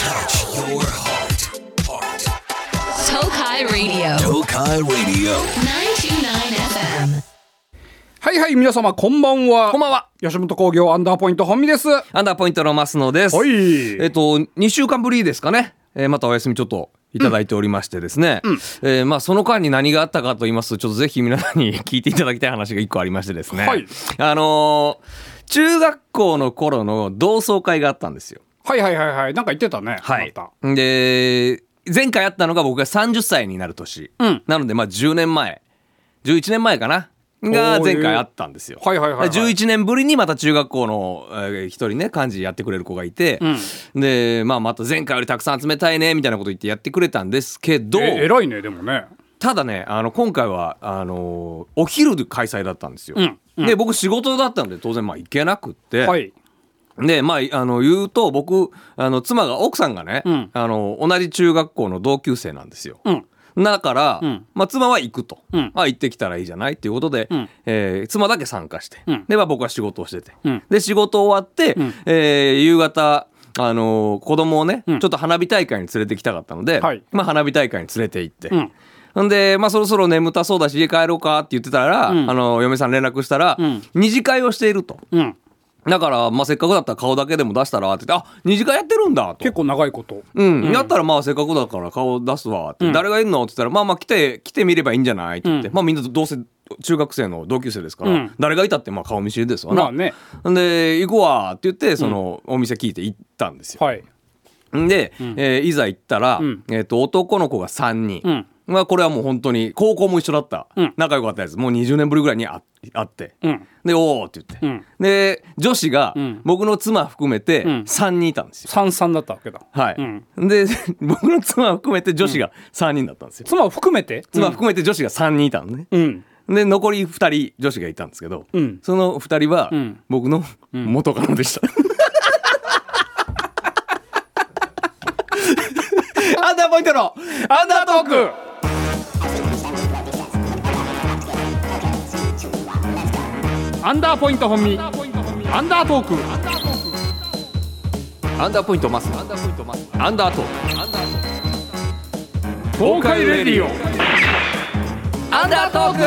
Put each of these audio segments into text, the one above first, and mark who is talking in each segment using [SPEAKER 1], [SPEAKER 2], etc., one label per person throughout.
[SPEAKER 1] Your heart. Heart.
[SPEAKER 2] Tokai Radio.
[SPEAKER 1] Tokai Radio.
[SPEAKER 2] 929 FM.
[SPEAKER 3] はいはい、皆様、こんばんは。
[SPEAKER 4] こんばんは。
[SPEAKER 3] 吉本興業アンダーポイント本美です。は
[SPEAKER 4] アンダーポイントのマスノです。
[SPEAKER 3] はい
[SPEAKER 4] えっと、2週間ぶりですかね。えーまたお休みちょっと。いただいておりましてですね、えーまあその間に何があったかと言いますとちょっとぜひ皆さんに聞いていただきたい話が一個ありましてですね、
[SPEAKER 3] はい
[SPEAKER 4] あのー中学校の頃の同窓会があったんですよ。
[SPEAKER 3] いはいはいはい。なんか言ってたね。
[SPEAKER 4] はい
[SPEAKER 3] また、
[SPEAKER 4] で前回あったのが僕が30歳になる年、
[SPEAKER 3] ん
[SPEAKER 4] なのでまあ10年前11年前かなが
[SPEAKER 3] おー
[SPEAKER 4] 前回あったんですよ。
[SPEAKER 3] はいはいはいはい
[SPEAKER 4] 11年ぶりにまた中学校のえー一人ね幹事やってくれる子がいて、で、まあ、また前回よりたくさん集めたいねみたいなこと言ってやってくれたんですけど
[SPEAKER 3] え、偉いね、でもね。
[SPEAKER 4] ただねあの今回はあのお昼で開催だったんですよ。
[SPEAKER 3] ん
[SPEAKER 4] で僕仕事だったので当然まあ行けなくって。
[SPEAKER 3] はい。
[SPEAKER 4] でまああの言うと僕あの妻が奥さんがね、
[SPEAKER 3] ん
[SPEAKER 4] あの同じ中学校の同級生なんですよ。
[SPEAKER 3] うん。
[SPEAKER 4] だから、
[SPEAKER 3] ん
[SPEAKER 4] まあ、妻は行くと、
[SPEAKER 3] うん
[SPEAKER 4] あ行ってきたらいいじゃないっていうことで、
[SPEAKER 3] ん
[SPEAKER 4] えー妻だけ参加して、
[SPEAKER 3] うん
[SPEAKER 4] で、まあ、僕は仕事をしてて、
[SPEAKER 3] うん
[SPEAKER 4] で仕事終わって、
[SPEAKER 3] ん
[SPEAKER 4] えー夕方あのー子供をね、
[SPEAKER 3] うん
[SPEAKER 4] ちょっと花火大会に連れてきたかったので、
[SPEAKER 3] はい
[SPEAKER 4] まあ、花火大会に連れて行って、
[SPEAKER 3] うん。
[SPEAKER 4] んで、まあ、そろそろ眠たそうだし家帰ろうかって言ってたら、
[SPEAKER 3] うん
[SPEAKER 4] あの嫁さん連絡したら、
[SPEAKER 3] うん
[SPEAKER 4] 二次会をしていると。
[SPEAKER 3] うん。
[SPEAKER 4] だから、まあ、せっかくだったら顔だけでも出したらって言って、あ、二次会やってるんだと。
[SPEAKER 3] 結構長いこと。
[SPEAKER 4] うん、やったらまあせっかくだから顔出すわって、誰がいるのって言ったらまあまあ来て来てみればいいんじゃないって言って、
[SPEAKER 3] うん
[SPEAKER 4] まあみんなどうせ中学生の同級生ですから、
[SPEAKER 3] うん
[SPEAKER 4] 誰がいたってまあ顔見知りですわな、
[SPEAKER 3] まあね。
[SPEAKER 4] で行こうわって言ってそのお店聞いて行ったんですよ、
[SPEAKER 3] はい。
[SPEAKER 4] で、えーいざ行ったら、
[SPEAKER 3] うん
[SPEAKER 4] えー、と男の子が3人、
[SPEAKER 3] うん
[SPEAKER 4] まあ、これはもう本当に高校も一緒だった、
[SPEAKER 3] うん
[SPEAKER 4] 仲良かったやつもう20年ぶりぐらいにあ会って、
[SPEAKER 3] うん
[SPEAKER 4] で「おお」って言って、
[SPEAKER 3] うん
[SPEAKER 4] で女子が
[SPEAKER 3] ん
[SPEAKER 4] 僕の妻含めて
[SPEAKER 3] ん
[SPEAKER 4] 3人いたんですよ、
[SPEAKER 3] 三三だったわけだ。
[SPEAKER 4] はい、
[SPEAKER 3] うん
[SPEAKER 4] で 僕の妻含めて女子が3人だったんですよ、
[SPEAKER 3] 妻を含めて
[SPEAKER 4] 妻含めて女子が3人いたのね、
[SPEAKER 3] うん。
[SPEAKER 4] で残り2人女子がいたんですけど、
[SPEAKER 3] うん
[SPEAKER 4] その2人は
[SPEAKER 3] ん
[SPEAKER 4] 僕の元カノ でした、アンダーポイントのアンダートーク
[SPEAKER 3] アンダーポイント本身。アンダートーク。
[SPEAKER 4] アンダーポイントマスアンダーポイントマスアンダートーク
[SPEAKER 3] 東海レディオ。
[SPEAKER 4] アンダートーク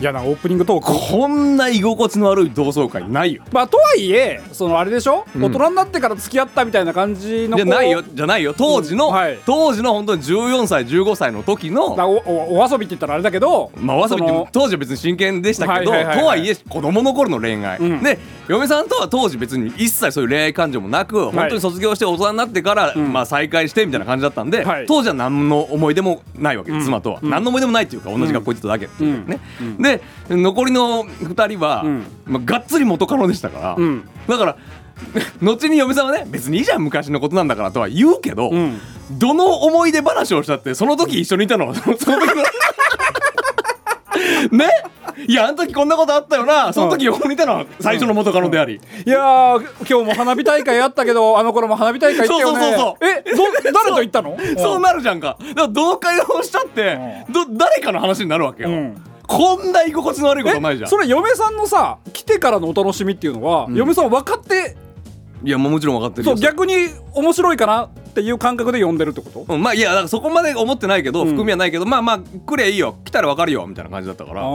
[SPEAKER 3] いやな、オープニングトーク。
[SPEAKER 4] こんな居心地の悪い同窓会ないよ
[SPEAKER 3] まあ、とはいえ、そのあれでしょ、大人になってから付き合ったみたいな感じの
[SPEAKER 4] じ
[SPEAKER 3] 子。
[SPEAKER 4] ゃないよじゃないよ当時の、
[SPEAKER 3] うんはい
[SPEAKER 4] 当時の本当に14歳15歳の時の
[SPEAKER 3] だおおお遊びって言ったらあれだけど、
[SPEAKER 4] まあ、わさびっ
[SPEAKER 3] そ
[SPEAKER 4] て
[SPEAKER 3] の
[SPEAKER 4] 当時は別に真剣でしたけど、
[SPEAKER 3] はいはいはいはい
[SPEAKER 4] とはいえ子供の頃の恋愛、
[SPEAKER 3] うん
[SPEAKER 4] で嫁さんとは当時別に一切そういう恋愛感情もなく、本当に卒業して大人になってから、まあ、再会してみたいな感じだったんで、
[SPEAKER 3] はい
[SPEAKER 4] 当時は何の思い出もないわけです、
[SPEAKER 3] うん
[SPEAKER 4] 妻とは、
[SPEAKER 3] うん
[SPEAKER 4] 何の思い出もないっていうか同じ学校行ってただけっていうね、で残りの2人は、
[SPEAKER 3] うん
[SPEAKER 4] まあ、がっつり元カノでしたから、
[SPEAKER 3] うん
[SPEAKER 4] だから 後に嫁さんはね別にいいじゃん昔のことなんだからとは言うけど、
[SPEAKER 3] ん
[SPEAKER 4] どの思い出話をしたってその時一緒にいたのは その時の。ねいやあの時こんなことあったよなその時横にいたのは最初の元カノであり、
[SPEAKER 3] いやー今日も花火大会あったけどあの頃も花火大会行ったよね
[SPEAKER 4] そうそう
[SPEAKER 3] えど誰と行ったの
[SPEAKER 4] そう
[SPEAKER 3] な
[SPEAKER 4] なるじゃんかだから同会をしたって、ど誰かの話になるわけよ、
[SPEAKER 3] うん
[SPEAKER 4] こんな居心地の悪いことないじ
[SPEAKER 3] え
[SPEAKER 4] ゃん
[SPEAKER 3] それ嫁さんのさ来てからのお楽しみっていうのは、嫁さん分かって
[SPEAKER 4] いやもうもちろん分かってる
[SPEAKER 3] そ
[SPEAKER 4] よ
[SPEAKER 3] う逆に面白いかなっていう感覚で呼んでるってこと
[SPEAKER 4] うんまあいやだからそこまで思ってないけど、含みはないけどまあまあ来りゃいいよ来たら分かるよみたいな感じだったから
[SPEAKER 3] あ
[SPEAKER 4] ま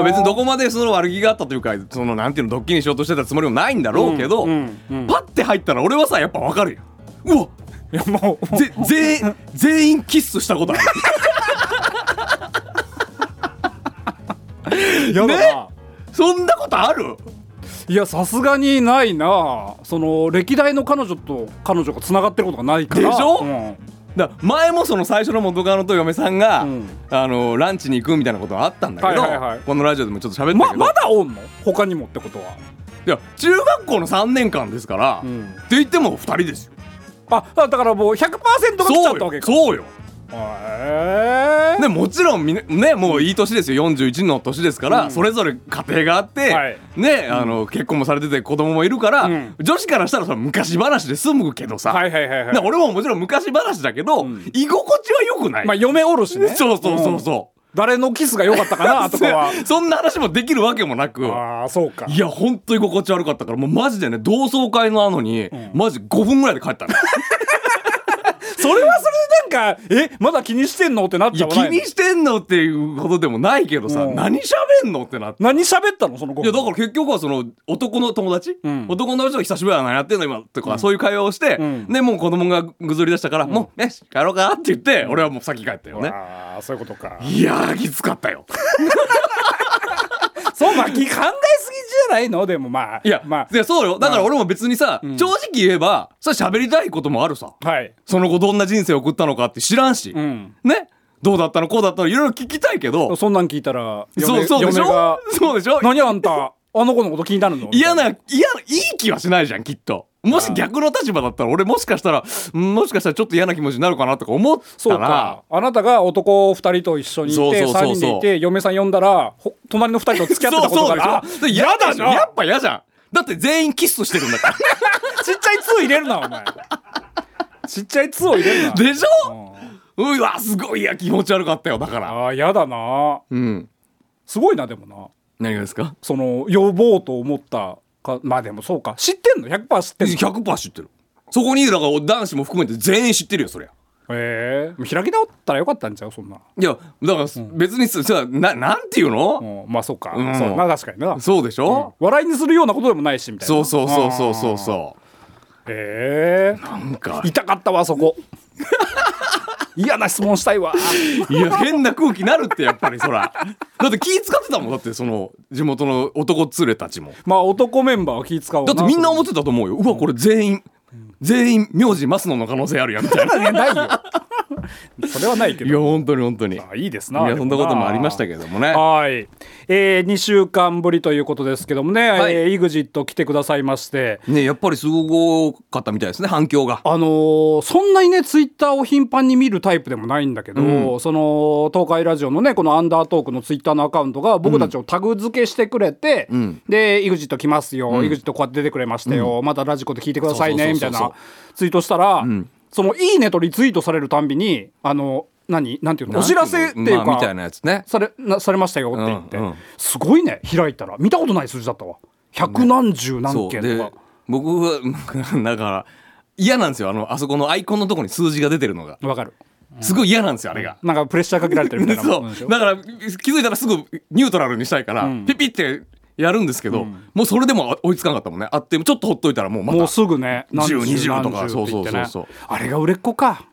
[SPEAKER 4] あ、別にど
[SPEAKER 3] こ
[SPEAKER 4] こまでその悪気があったというかそのなんていうのドッキリにしようとしてたつもりもないんだろうけど、
[SPEAKER 3] うんうんうん
[SPEAKER 4] パッて入ったら俺はさやっぱわかるようわ
[SPEAKER 3] いやもう
[SPEAKER 4] ぜ全員全員キスしたこ とある
[SPEAKER 3] やだな
[SPEAKER 4] ねそんなことある
[SPEAKER 3] いやさすがにないなその歴代の彼女と彼女がつながってることがないから
[SPEAKER 4] でしょ
[SPEAKER 3] うん
[SPEAKER 4] だから前もその最初の元カノと嫁さんが、
[SPEAKER 3] うん
[SPEAKER 4] あのランチに行くみたいなことがあったんだけど、
[SPEAKER 3] はいはいはい
[SPEAKER 4] このラジオでもちょっと喋った
[SPEAKER 3] ま
[SPEAKER 4] けど、
[SPEAKER 3] まだおんの他にもってことはい
[SPEAKER 4] や中学校の3年間ですから、
[SPEAKER 3] うん
[SPEAKER 4] って言っても2人ですよ
[SPEAKER 3] あだからもう100%が来ちゃ
[SPEAKER 4] そ
[SPEAKER 3] っ
[SPEAKER 4] う
[SPEAKER 3] たわけ
[SPEAKER 4] よ
[SPEAKER 3] か
[SPEAKER 4] そうよ
[SPEAKER 3] へえ
[SPEAKER 4] ね、もちろんみねねもういい年ですよ41の年ですから、それぞれ家庭があって、
[SPEAKER 3] はい
[SPEAKER 4] ねあの結婚もされてて子供もいるから、
[SPEAKER 3] うん
[SPEAKER 4] 女子からしたらそれは昔話で済むけどさ、
[SPEAKER 3] はいはいはいはい
[SPEAKER 4] ね俺ももちろん昔話だけど、居心地は良くない、
[SPEAKER 3] まあ嫁おるしね
[SPEAKER 4] そうそうそうそう、
[SPEAKER 3] 誰のキスが良かったかなとかは
[SPEAKER 4] そんな話もできるわけもなく
[SPEAKER 3] ああそうか
[SPEAKER 4] いや本当に心地悪かったからもうマジでね同窓会のあのに、マジ5分ぐらいで帰った の
[SPEAKER 3] それはそれでなんかえまだ気にしてんのってなっ
[SPEAKER 4] い
[SPEAKER 3] ちゃ
[SPEAKER 4] や
[SPEAKER 3] う
[SPEAKER 4] 気にしてんのっていうことでもないけどさ、
[SPEAKER 3] うん
[SPEAKER 4] 何喋んのってなって。
[SPEAKER 3] 何喋ったのその
[SPEAKER 4] いやだから結局はその男の友達、
[SPEAKER 3] ん
[SPEAKER 4] 男の友達と久しぶりだなやってんの今とか、そういう会話をして、
[SPEAKER 3] ん
[SPEAKER 4] でもう子供がぐずり出したから、もうね帰ろうかって言って俺はもう先帰ったよね
[SPEAKER 3] ああそういうことか
[SPEAKER 4] いやーきつかった よ
[SPEAKER 3] そうまあき考えすぎじゃないのでもまあ
[SPEAKER 4] いやま
[SPEAKER 3] ま
[SPEAKER 4] あそうよだから俺も別にさ、正直言えばそれ喋りたいこともあるさ
[SPEAKER 3] あはい
[SPEAKER 4] その後どんな人生を送ったのかって知らんし、
[SPEAKER 3] うん
[SPEAKER 4] ねどうだったのこうだったのいろいろ聞きたいけど
[SPEAKER 3] そんなん聞いたら
[SPEAKER 4] そうそうでし
[SPEAKER 3] 嫁が
[SPEAKER 4] ょそうでしょ
[SPEAKER 3] 何あんたあの子のこと気になるの
[SPEAKER 4] 嫌な、嫌な、いい気はしないじゃん、きっと。もし逆の立場だったら、俺もしかしたら、うんもしかしたらちょっと嫌な気持ちになるかなとか思っ
[SPEAKER 3] そ
[SPEAKER 4] た
[SPEAKER 3] う
[SPEAKER 4] ら
[SPEAKER 3] か、あなたが男2人と一緒にいて
[SPEAKER 4] そうそうそうそう
[SPEAKER 3] 3人でいて嫁さん呼んだら ほ隣の2人と付き合ってたことがある
[SPEAKER 4] そうそうでしょ嫌だ
[SPEAKER 3] し
[SPEAKER 4] じ
[SPEAKER 3] ょ
[SPEAKER 4] ゃん。やっぱ嫌じゃん。だって全員キスしてるんだから。
[SPEAKER 3] ちっちゃい「2」入れるなお前ちっちゃい「2」を入れるな
[SPEAKER 4] でしょうわ、すごい、いや、気持ち悪かったよ、だから。
[SPEAKER 3] ああやだな
[SPEAKER 4] うん。
[SPEAKER 3] すごいなでもな
[SPEAKER 4] 何がですか
[SPEAKER 3] その呼ぼうと思ったかまあでもそうか知ってんの100%知ってんの
[SPEAKER 4] ?100% 知ってる。そこに、だから男子も含めて全員知ってるよ、そりゃ。
[SPEAKER 3] へえ開き直ったらよかったんちゃうそんな、
[SPEAKER 4] いや、だから別にさ、さな、なんていう
[SPEAKER 3] う
[SPEAKER 4] の
[SPEAKER 3] ん、まあそうか、
[SPEAKER 4] うん
[SPEAKER 3] そうまあ確かにな
[SPEAKER 4] そうでしょ
[SPEAKER 3] 笑いにするようなことでもないしみたいな
[SPEAKER 4] そうそうそうそうそうそ
[SPEAKER 3] へえ
[SPEAKER 4] う。なんか。
[SPEAKER 3] 痛かったわそ こ嫌な質問したいわ
[SPEAKER 4] いや変な空気になるってやっぱりそらだって気使ってたもんだってその地元の男連れたちも
[SPEAKER 3] まあ男メンバーは気使うわ
[SPEAKER 4] だってみんな思っ
[SPEAKER 3] って
[SPEAKER 4] たと思うようわこれ全員全員名字マスノの可能性あるやんみたいない
[SPEAKER 3] てないよそれはないけど
[SPEAKER 4] や本当に本当にい
[SPEAKER 3] あいいですない
[SPEAKER 4] やそんなこともありました
[SPEAKER 3] ど
[SPEAKER 4] けどもね
[SPEAKER 3] はい、えー、2週間ぶりということですけどもね、
[SPEAKER 4] はい
[SPEAKER 3] えー、EXIT 来てくださいまして
[SPEAKER 4] ねやっぱりすごかったみたいですね反響が
[SPEAKER 3] あのーそんなにねツイッターを頻繁に見るタイプでもないんだけど、その東海ラジオのねこの「アンダートーク」のツイッターのアカウントが僕たちをタグ付けしてくれて、
[SPEAKER 4] ん
[SPEAKER 3] で「EXIT 来ますよ」EXIT こうやって出てくれましたよ」またラジコで聞いてくださいね」
[SPEAKER 4] そう
[SPEAKER 3] みたい
[SPEAKER 4] そうそうそう
[SPEAKER 3] なツイートしたら、その「いいね」とリツイートされるたんびにあの何なんていうのお知らせっていうか、
[SPEAKER 4] まあみたいなやつね
[SPEAKER 3] されなされましたよって言って、
[SPEAKER 4] うんうん
[SPEAKER 3] すごいね開いたら見たことない数字だったわ百何十
[SPEAKER 4] そ
[SPEAKER 3] 何
[SPEAKER 4] う
[SPEAKER 3] 件
[SPEAKER 4] で
[SPEAKER 3] とか。
[SPEAKER 4] 僕 はだから嫌なんですよあのあそこのアイコンのとこに数字が出てるのが
[SPEAKER 3] わかる
[SPEAKER 4] すごい嫌なんですよあれが
[SPEAKER 3] なんかプレッシャーかけられてるみたいなもんでし
[SPEAKER 4] そ
[SPEAKER 3] ょ
[SPEAKER 4] うだから気づいたらすぐニュートラルにしたいから、ピピってやるんですけど、もうそれでも追いつかなかったもんねあってちょっとほっといたらもうまた
[SPEAKER 3] もうすぐね何十
[SPEAKER 4] 10 20とか
[SPEAKER 3] 何十
[SPEAKER 4] そうそう
[SPEAKER 3] って言ってね
[SPEAKER 4] そうそう
[SPEAKER 3] あれが売れっ子か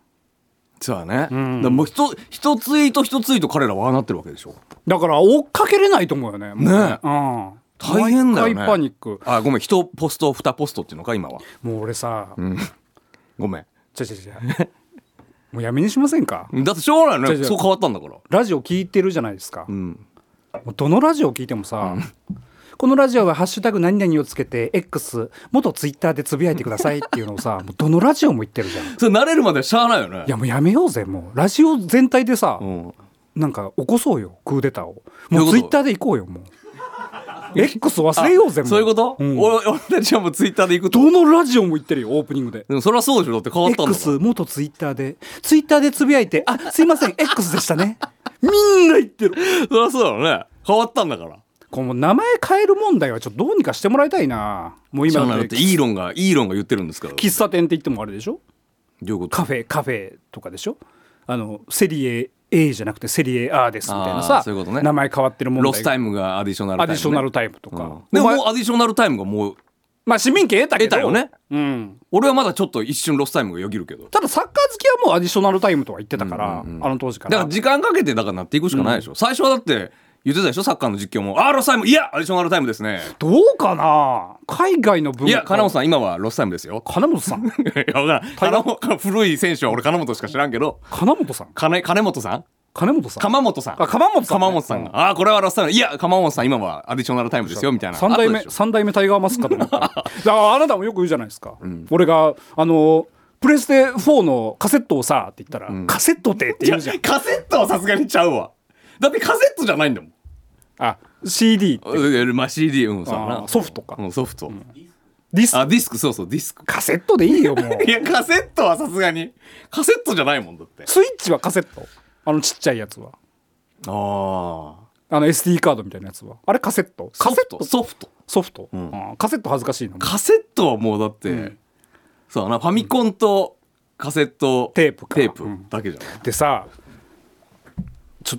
[SPEAKER 4] そうだね、だからもうひと一ツイート一ツイート彼らはああなってるわけでしょ
[SPEAKER 3] だから追っかけれないと思うよねもう
[SPEAKER 4] ねえ
[SPEAKER 3] うん
[SPEAKER 4] 大変だよね
[SPEAKER 3] 毎回パニック
[SPEAKER 4] あごめん一ポスト二ポストっていうのか今は
[SPEAKER 3] もう俺さ
[SPEAKER 4] ごめ
[SPEAKER 3] ちゃちゃちゃもうやめにしませんか
[SPEAKER 4] んだってしょうがないよ
[SPEAKER 3] 違う違
[SPEAKER 4] ね
[SPEAKER 3] う
[SPEAKER 4] そう変わったんだから
[SPEAKER 3] ラジオ聞いてるじゃないですか
[SPEAKER 4] うん
[SPEAKER 3] もうどのラジオ聞いてもさこのラジオは「ハッシュタグ何々」をつけて X 元ツイッターでつぶやいてくださいっていうのをさもうどのラジオも言ってるじゃんい
[SPEAKER 4] それ慣れるまではしゃあないよね
[SPEAKER 3] やもうやめようぜもうラジオ全体でさ、
[SPEAKER 4] うん
[SPEAKER 3] なんか起こそうよクーデターを
[SPEAKER 4] どういう
[SPEAKER 3] もう
[SPEAKER 4] こと
[SPEAKER 3] ツイッターで行こうよもう X 忘れようぜもう
[SPEAKER 4] そういうこと、
[SPEAKER 3] ん
[SPEAKER 4] 俺俺たちはもうツイッターで行くと
[SPEAKER 3] どのラジオも言ってるよオープニングで
[SPEAKER 4] でもそれはそうでしょだって変わったんだから
[SPEAKER 3] X 元ツイッターでツイッターでつぶやいて「あすいません X でしたね」 みんな言ってる
[SPEAKER 4] それはそうだよね変わったんだから
[SPEAKER 3] この名前変える問題はちょっとどうにかしてもらいたいなもう
[SPEAKER 4] 今
[SPEAKER 3] 今
[SPEAKER 4] だ
[SPEAKER 3] だ
[SPEAKER 4] っ
[SPEAKER 3] ってて
[SPEAKER 4] イーロンがイーロンが言ってるんですから
[SPEAKER 3] 喫茶店って言ってもあれでしょ
[SPEAKER 4] どういうこと
[SPEAKER 3] カフェカフェとかでしょあのセリエ A じゃなくてセリエ R ですみたいな
[SPEAKER 4] あ
[SPEAKER 3] さ
[SPEAKER 4] ーそういうことね
[SPEAKER 3] 名前変わってる問題
[SPEAKER 4] ロスタイムがアディショナルタイ
[SPEAKER 3] ア
[SPEAKER 4] ム、ね、
[SPEAKER 3] ディショナルタイムとか、
[SPEAKER 4] うんでももうアディショナルタイムがもう
[SPEAKER 3] まあ市民権得たけど
[SPEAKER 4] 得たよね
[SPEAKER 3] うん、
[SPEAKER 4] 俺はまだちょっと一瞬ロスタイムがよぎるけどだ
[SPEAKER 3] ただサッカー好きはもうアディショナルタイムとは言ってたから、あの当時か
[SPEAKER 4] からら時間かけてだからなっていくしかないでしょ、最初はだって言ってたでしょサッカーの実況もあーロスタイムいやアディショナルタイムですね
[SPEAKER 3] どうかな海外の文化
[SPEAKER 4] いや金本さん今はロスタイムですよ
[SPEAKER 3] 金本さん
[SPEAKER 4] いや分からん金本古い選手は俺金本しか知らんけど
[SPEAKER 3] 金本さん
[SPEAKER 4] 金金本さん
[SPEAKER 3] 金本さん
[SPEAKER 4] 鎌本さん
[SPEAKER 3] あ鎌本さんね
[SPEAKER 4] 鎌本さんが、あーこれはロスタイムいや鎌本さん今はアディショナルタイムですよみたいな
[SPEAKER 3] 三代
[SPEAKER 4] あ
[SPEAKER 3] 目
[SPEAKER 4] ったでしょ
[SPEAKER 3] 三代目タイガーマスクかと思 っただからあなたもよく言うじゃないですか、俺があのプレステ4のカセットをさって言ったら、カセットってって
[SPEAKER 4] い
[SPEAKER 3] 言
[SPEAKER 4] や
[SPEAKER 3] うじゃん
[SPEAKER 4] カセットはさすがにちゃうわだってカセットじゃないんだもん
[SPEAKER 3] あ CD って
[SPEAKER 4] うんまあ CD うんそうだ
[SPEAKER 3] あ
[SPEAKER 4] な
[SPEAKER 3] ーソフトか
[SPEAKER 4] うんソフト、
[SPEAKER 3] ディス
[SPEAKER 4] あディスクそうそうディスク
[SPEAKER 3] カセットでいいよもう
[SPEAKER 4] いやカセットはさすがにカセットじゃないもんだって
[SPEAKER 3] スイッチはカセットあのちっちゃいやつは
[SPEAKER 4] ああ。
[SPEAKER 3] あの SD カードみたいなやつはあれカセットカセット
[SPEAKER 4] ソフト。
[SPEAKER 3] ソフト、あーカセット恥ずかしいな
[SPEAKER 4] カセットはもうだって、
[SPEAKER 3] ん
[SPEAKER 4] そうだなファミコンとカセット
[SPEAKER 3] テープか
[SPEAKER 4] テープ
[SPEAKER 3] うん
[SPEAKER 4] だけじゃない、
[SPEAKER 3] でさちょ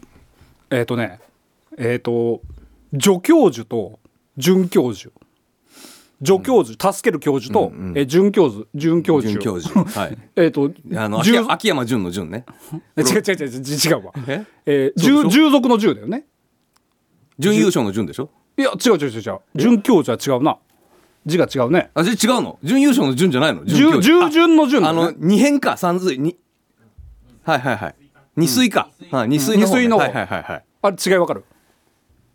[SPEAKER 3] えっ、とねえっ、と助教授と准教授助教授、助ける教授と、えー准教授准教授
[SPEAKER 4] 准教授 はい
[SPEAKER 3] えっ、と
[SPEAKER 4] あの秋
[SPEAKER 3] 従
[SPEAKER 4] 秋山純の純ね
[SPEAKER 3] 違う違う違う違う違うわ
[SPEAKER 4] え
[SPEAKER 3] えー
[SPEAKER 4] そう
[SPEAKER 3] 従
[SPEAKER 4] でしょ
[SPEAKER 3] 従属の従だよね
[SPEAKER 4] 準優勝の純でしょ
[SPEAKER 3] いや違う違う違う違う准教授は違うな字が違うね
[SPEAKER 4] あじゃあ違うの準優勝の純じゃないの準教
[SPEAKER 3] 従
[SPEAKER 4] 授
[SPEAKER 3] 従順の順
[SPEAKER 4] あ
[SPEAKER 3] だ
[SPEAKER 4] あ
[SPEAKER 3] よね
[SPEAKER 4] の二辺か三髄にはいはいはい二水か、はい二水の方,、
[SPEAKER 3] 二水の方
[SPEAKER 4] はいはいはいはい
[SPEAKER 3] あれ違いわかる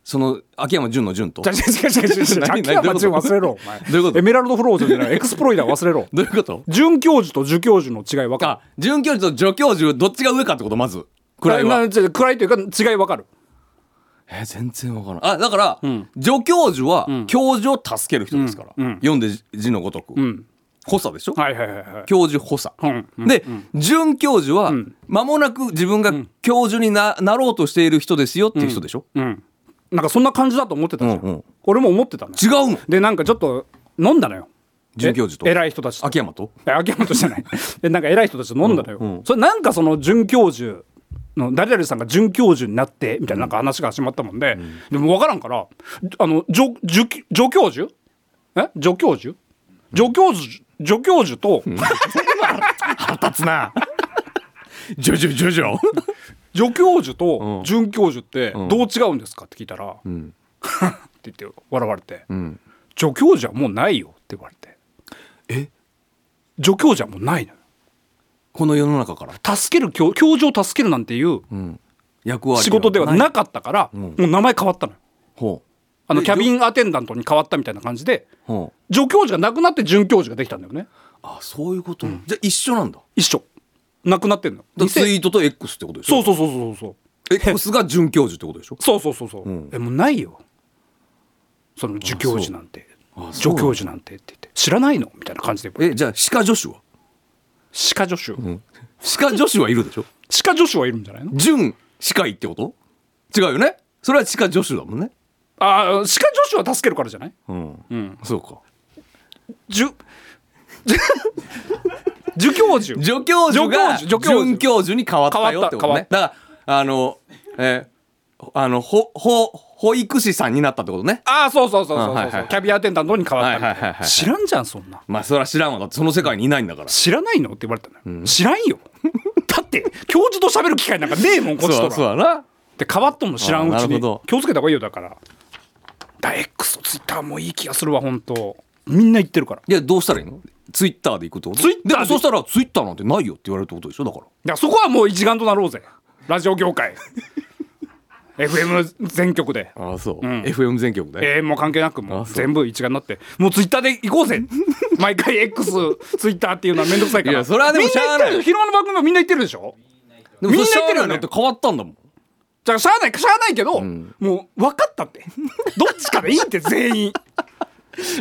[SPEAKER 4] その秋山純の純と
[SPEAKER 3] じゃ違う違う違う違う違う
[SPEAKER 4] 何
[SPEAKER 3] 秋山純忘れろお前
[SPEAKER 4] どういうこと
[SPEAKER 3] エメラルドフローズンじゃないエクスプロイダー忘れろ
[SPEAKER 4] どういうこと
[SPEAKER 3] 准教授と助教授の違い分か
[SPEAKER 4] あ准教授と助教授どっちが上かってことまず
[SPEAKER 3] る
[SPEAKER 4] 位は
[SPEAKER 3] ななちょ暗いというか違い分かる
[SPEAKER 4] えー全然わからないあだから、助教授は教授を助ける人ですから、読んで字のごとく、補佐でしょ、
[SPEAKER 3] はいはいはいはい
[SPEAKER 4] 教授補佐、
[SPEAKER 3] うんうん
[SPEAKER 4] で、准教授は、間もなく自分が教授にななろうとしている人ですよっていう人でしょ、
[SPEAKER 3] うんなんかそんな感じだと思ってたじゃん、
[SPEAKER 4] うんうん
[SPEAKER 3] 俺も思ってたの
[SPEAKER 4] 違うの
[SPEAKER 3] でなんかちょっと飲んだのよ
[SPEAKER 4] 准教授と
[SPEAKER 3] え偉い人たちと
[SPEAKER 4] 秋山と
[SPEAKER 3] いや秋山とじゃない でなんか偉い人たちと飲んだのよ、それなんかその准教授の誰々さんが准教授になってみたいななんか話が始まったもんで、でも分からんからあの助助助教授え助教授助教授助教授と、
[SPEAKER 4] 腹立つなジョジョジョジョ
[SPEAKER 3] 助教授と准教授ってどう違うんですかって聞いたら「 って言って笑われて、助教授はもうないよ」って言われて
[SPEAKER 4] え
[SPEAKER 3] 助教授はもうないのよ
[SPEAKER 4] この世の中から
[SPEAKER 3] 助ける教教授を助けるなんていう
[SPEAKER 4] 役割
[SPEAKER 3] 仕事ではなかったから、もう名前変わったのよ
[SPEAKER 4] ほう
[SPEAKER 3] あの
[SPEAKER 4] で
[SPEAKER 3] キャビンアテンダントに変わったみたいな感じで
[SPEAKER 4] ほう
[SPEAKER 3] 助教授がなくなって准教授ができたんだよね
[SPEAKER 4] あそういうこと、じゃあ一緒なんだ
[SPEAKER 3] 一緒なくなってんの
[SPEAKER 4] だから
[SPEAKER 3] 2000
[SPEAKER 4] ツイートと X ってことでし
[SPEAKER 3] そ
[SPEAKER 4] ょ
[SPEAKER 3] うそうそうそうそう
[SPEAKER 4] X が准教授ってことで しょ
[SPEAKER 3] そうそうそうそう、
[SPEAKER 4] ん
[SPEAKER 3] えもうないよその助教授なんて
[SPEAKER 4] あそう
[SPEAKER 3] 助教授なんてって言って知らないのみたいな感じで
[SPEAKER 4] えじゃあ歯科助手は
[SPEAKER 3] 歯科助手、
[SPEAKER 4] 歯科助手はいるでしょ
[SPEAKER 3] 歯科助手はいるんじゃないの
[SPEAKER 4] 準歯科医ってこと違うよねそれは歯科助手だもんね
[SPEAKER 3] ああ歯科助手は助けるからじゃない
[SPEAKER 4] うん、そうか
[SPEAKER 3] じゅ 助教授
[SPEAKER 4] 助教授が
[SPEAKER 3] 助教授
[SPEAKER 4] 准教授に変わったよってこと
[SPEAKER 3] 変わ
[SPEAKER 4] ね
[SPEAKER 3] っ
[SPEAKER 4] だからあのえーあのほほ保育士さんになったってことね
[SPEAKER 3] ああそうそうそうそうそう、
[SPEAKER 4] あはいはいはい
[SPEAKER 3] キャビアアテンダントに変わったみたいな、
[SPEAKER 4] はいはいはいはい
[SPEAKER 3] 知らんじゃんそんな
[SPEAKER 4] まあそれは知らんわだってその世界にいないんだから
[SPEAKER 3] 知らないのって言われたのよ、知らんよ だって教授と喋る機会なんかねえもんこっち
[SPEAKER 4] そ
[SPEAKER 3] と
[SPEAKER 4] うそう
[SPEAKER 3] ら
[SPEAKER 4] だな
[SPEAKER 3] で変わっとんの知らんう
[SPEAKER 4] あ
[SPEAKER 3] ち
[SPEAKER 4] なる
[SPEAKER 3] に
[SPEAKER 4] ほど
[SPEAKER 3] 気をつけた方がいいよだからだ X とツイッターもいい気がするわ本当みんな言ってるから
[SPEAKER 4] いやどうしたらいいのツイッターで行くってこと
[SPEAKER 3] Twitter で
[SPEAKER 4] でもそうしたらツイッターなんてないよって言われるってことでしょだから
[SPEAKER 3] だからそこはもう一丸となろうぜラジオ業 界 FM 全局で
[SPEAKER 4] ああそう、FM 全局で、
[SPEAKER 3] えー、もう関係なくも
[SPEAKER 4] あ
[SPEAKER 3] う
[SPEAKER 4] そう
[SPEAKER 3] 全部一丸になってもうツイッターで行こう ぜ毎回 X ツイッターっていうのは面倒くさいから
[SPEAKER 4] いやそれはでも
[SPEAKER 3] みんな言ってるでしょ昼間の番組もみんな言ってるでしょ
[SPEAKER 4] で
[SPEAKER 3] み
[SPEAKER 4] もそれ
[SPEAKER 3] んな言ってるよね
[SPEAKER 4] しゃあないだって変わったんだもん
[SPEAKER 3] じゃあしゃあないしゃあないけど、もう分かったってどっちかでいいって全 員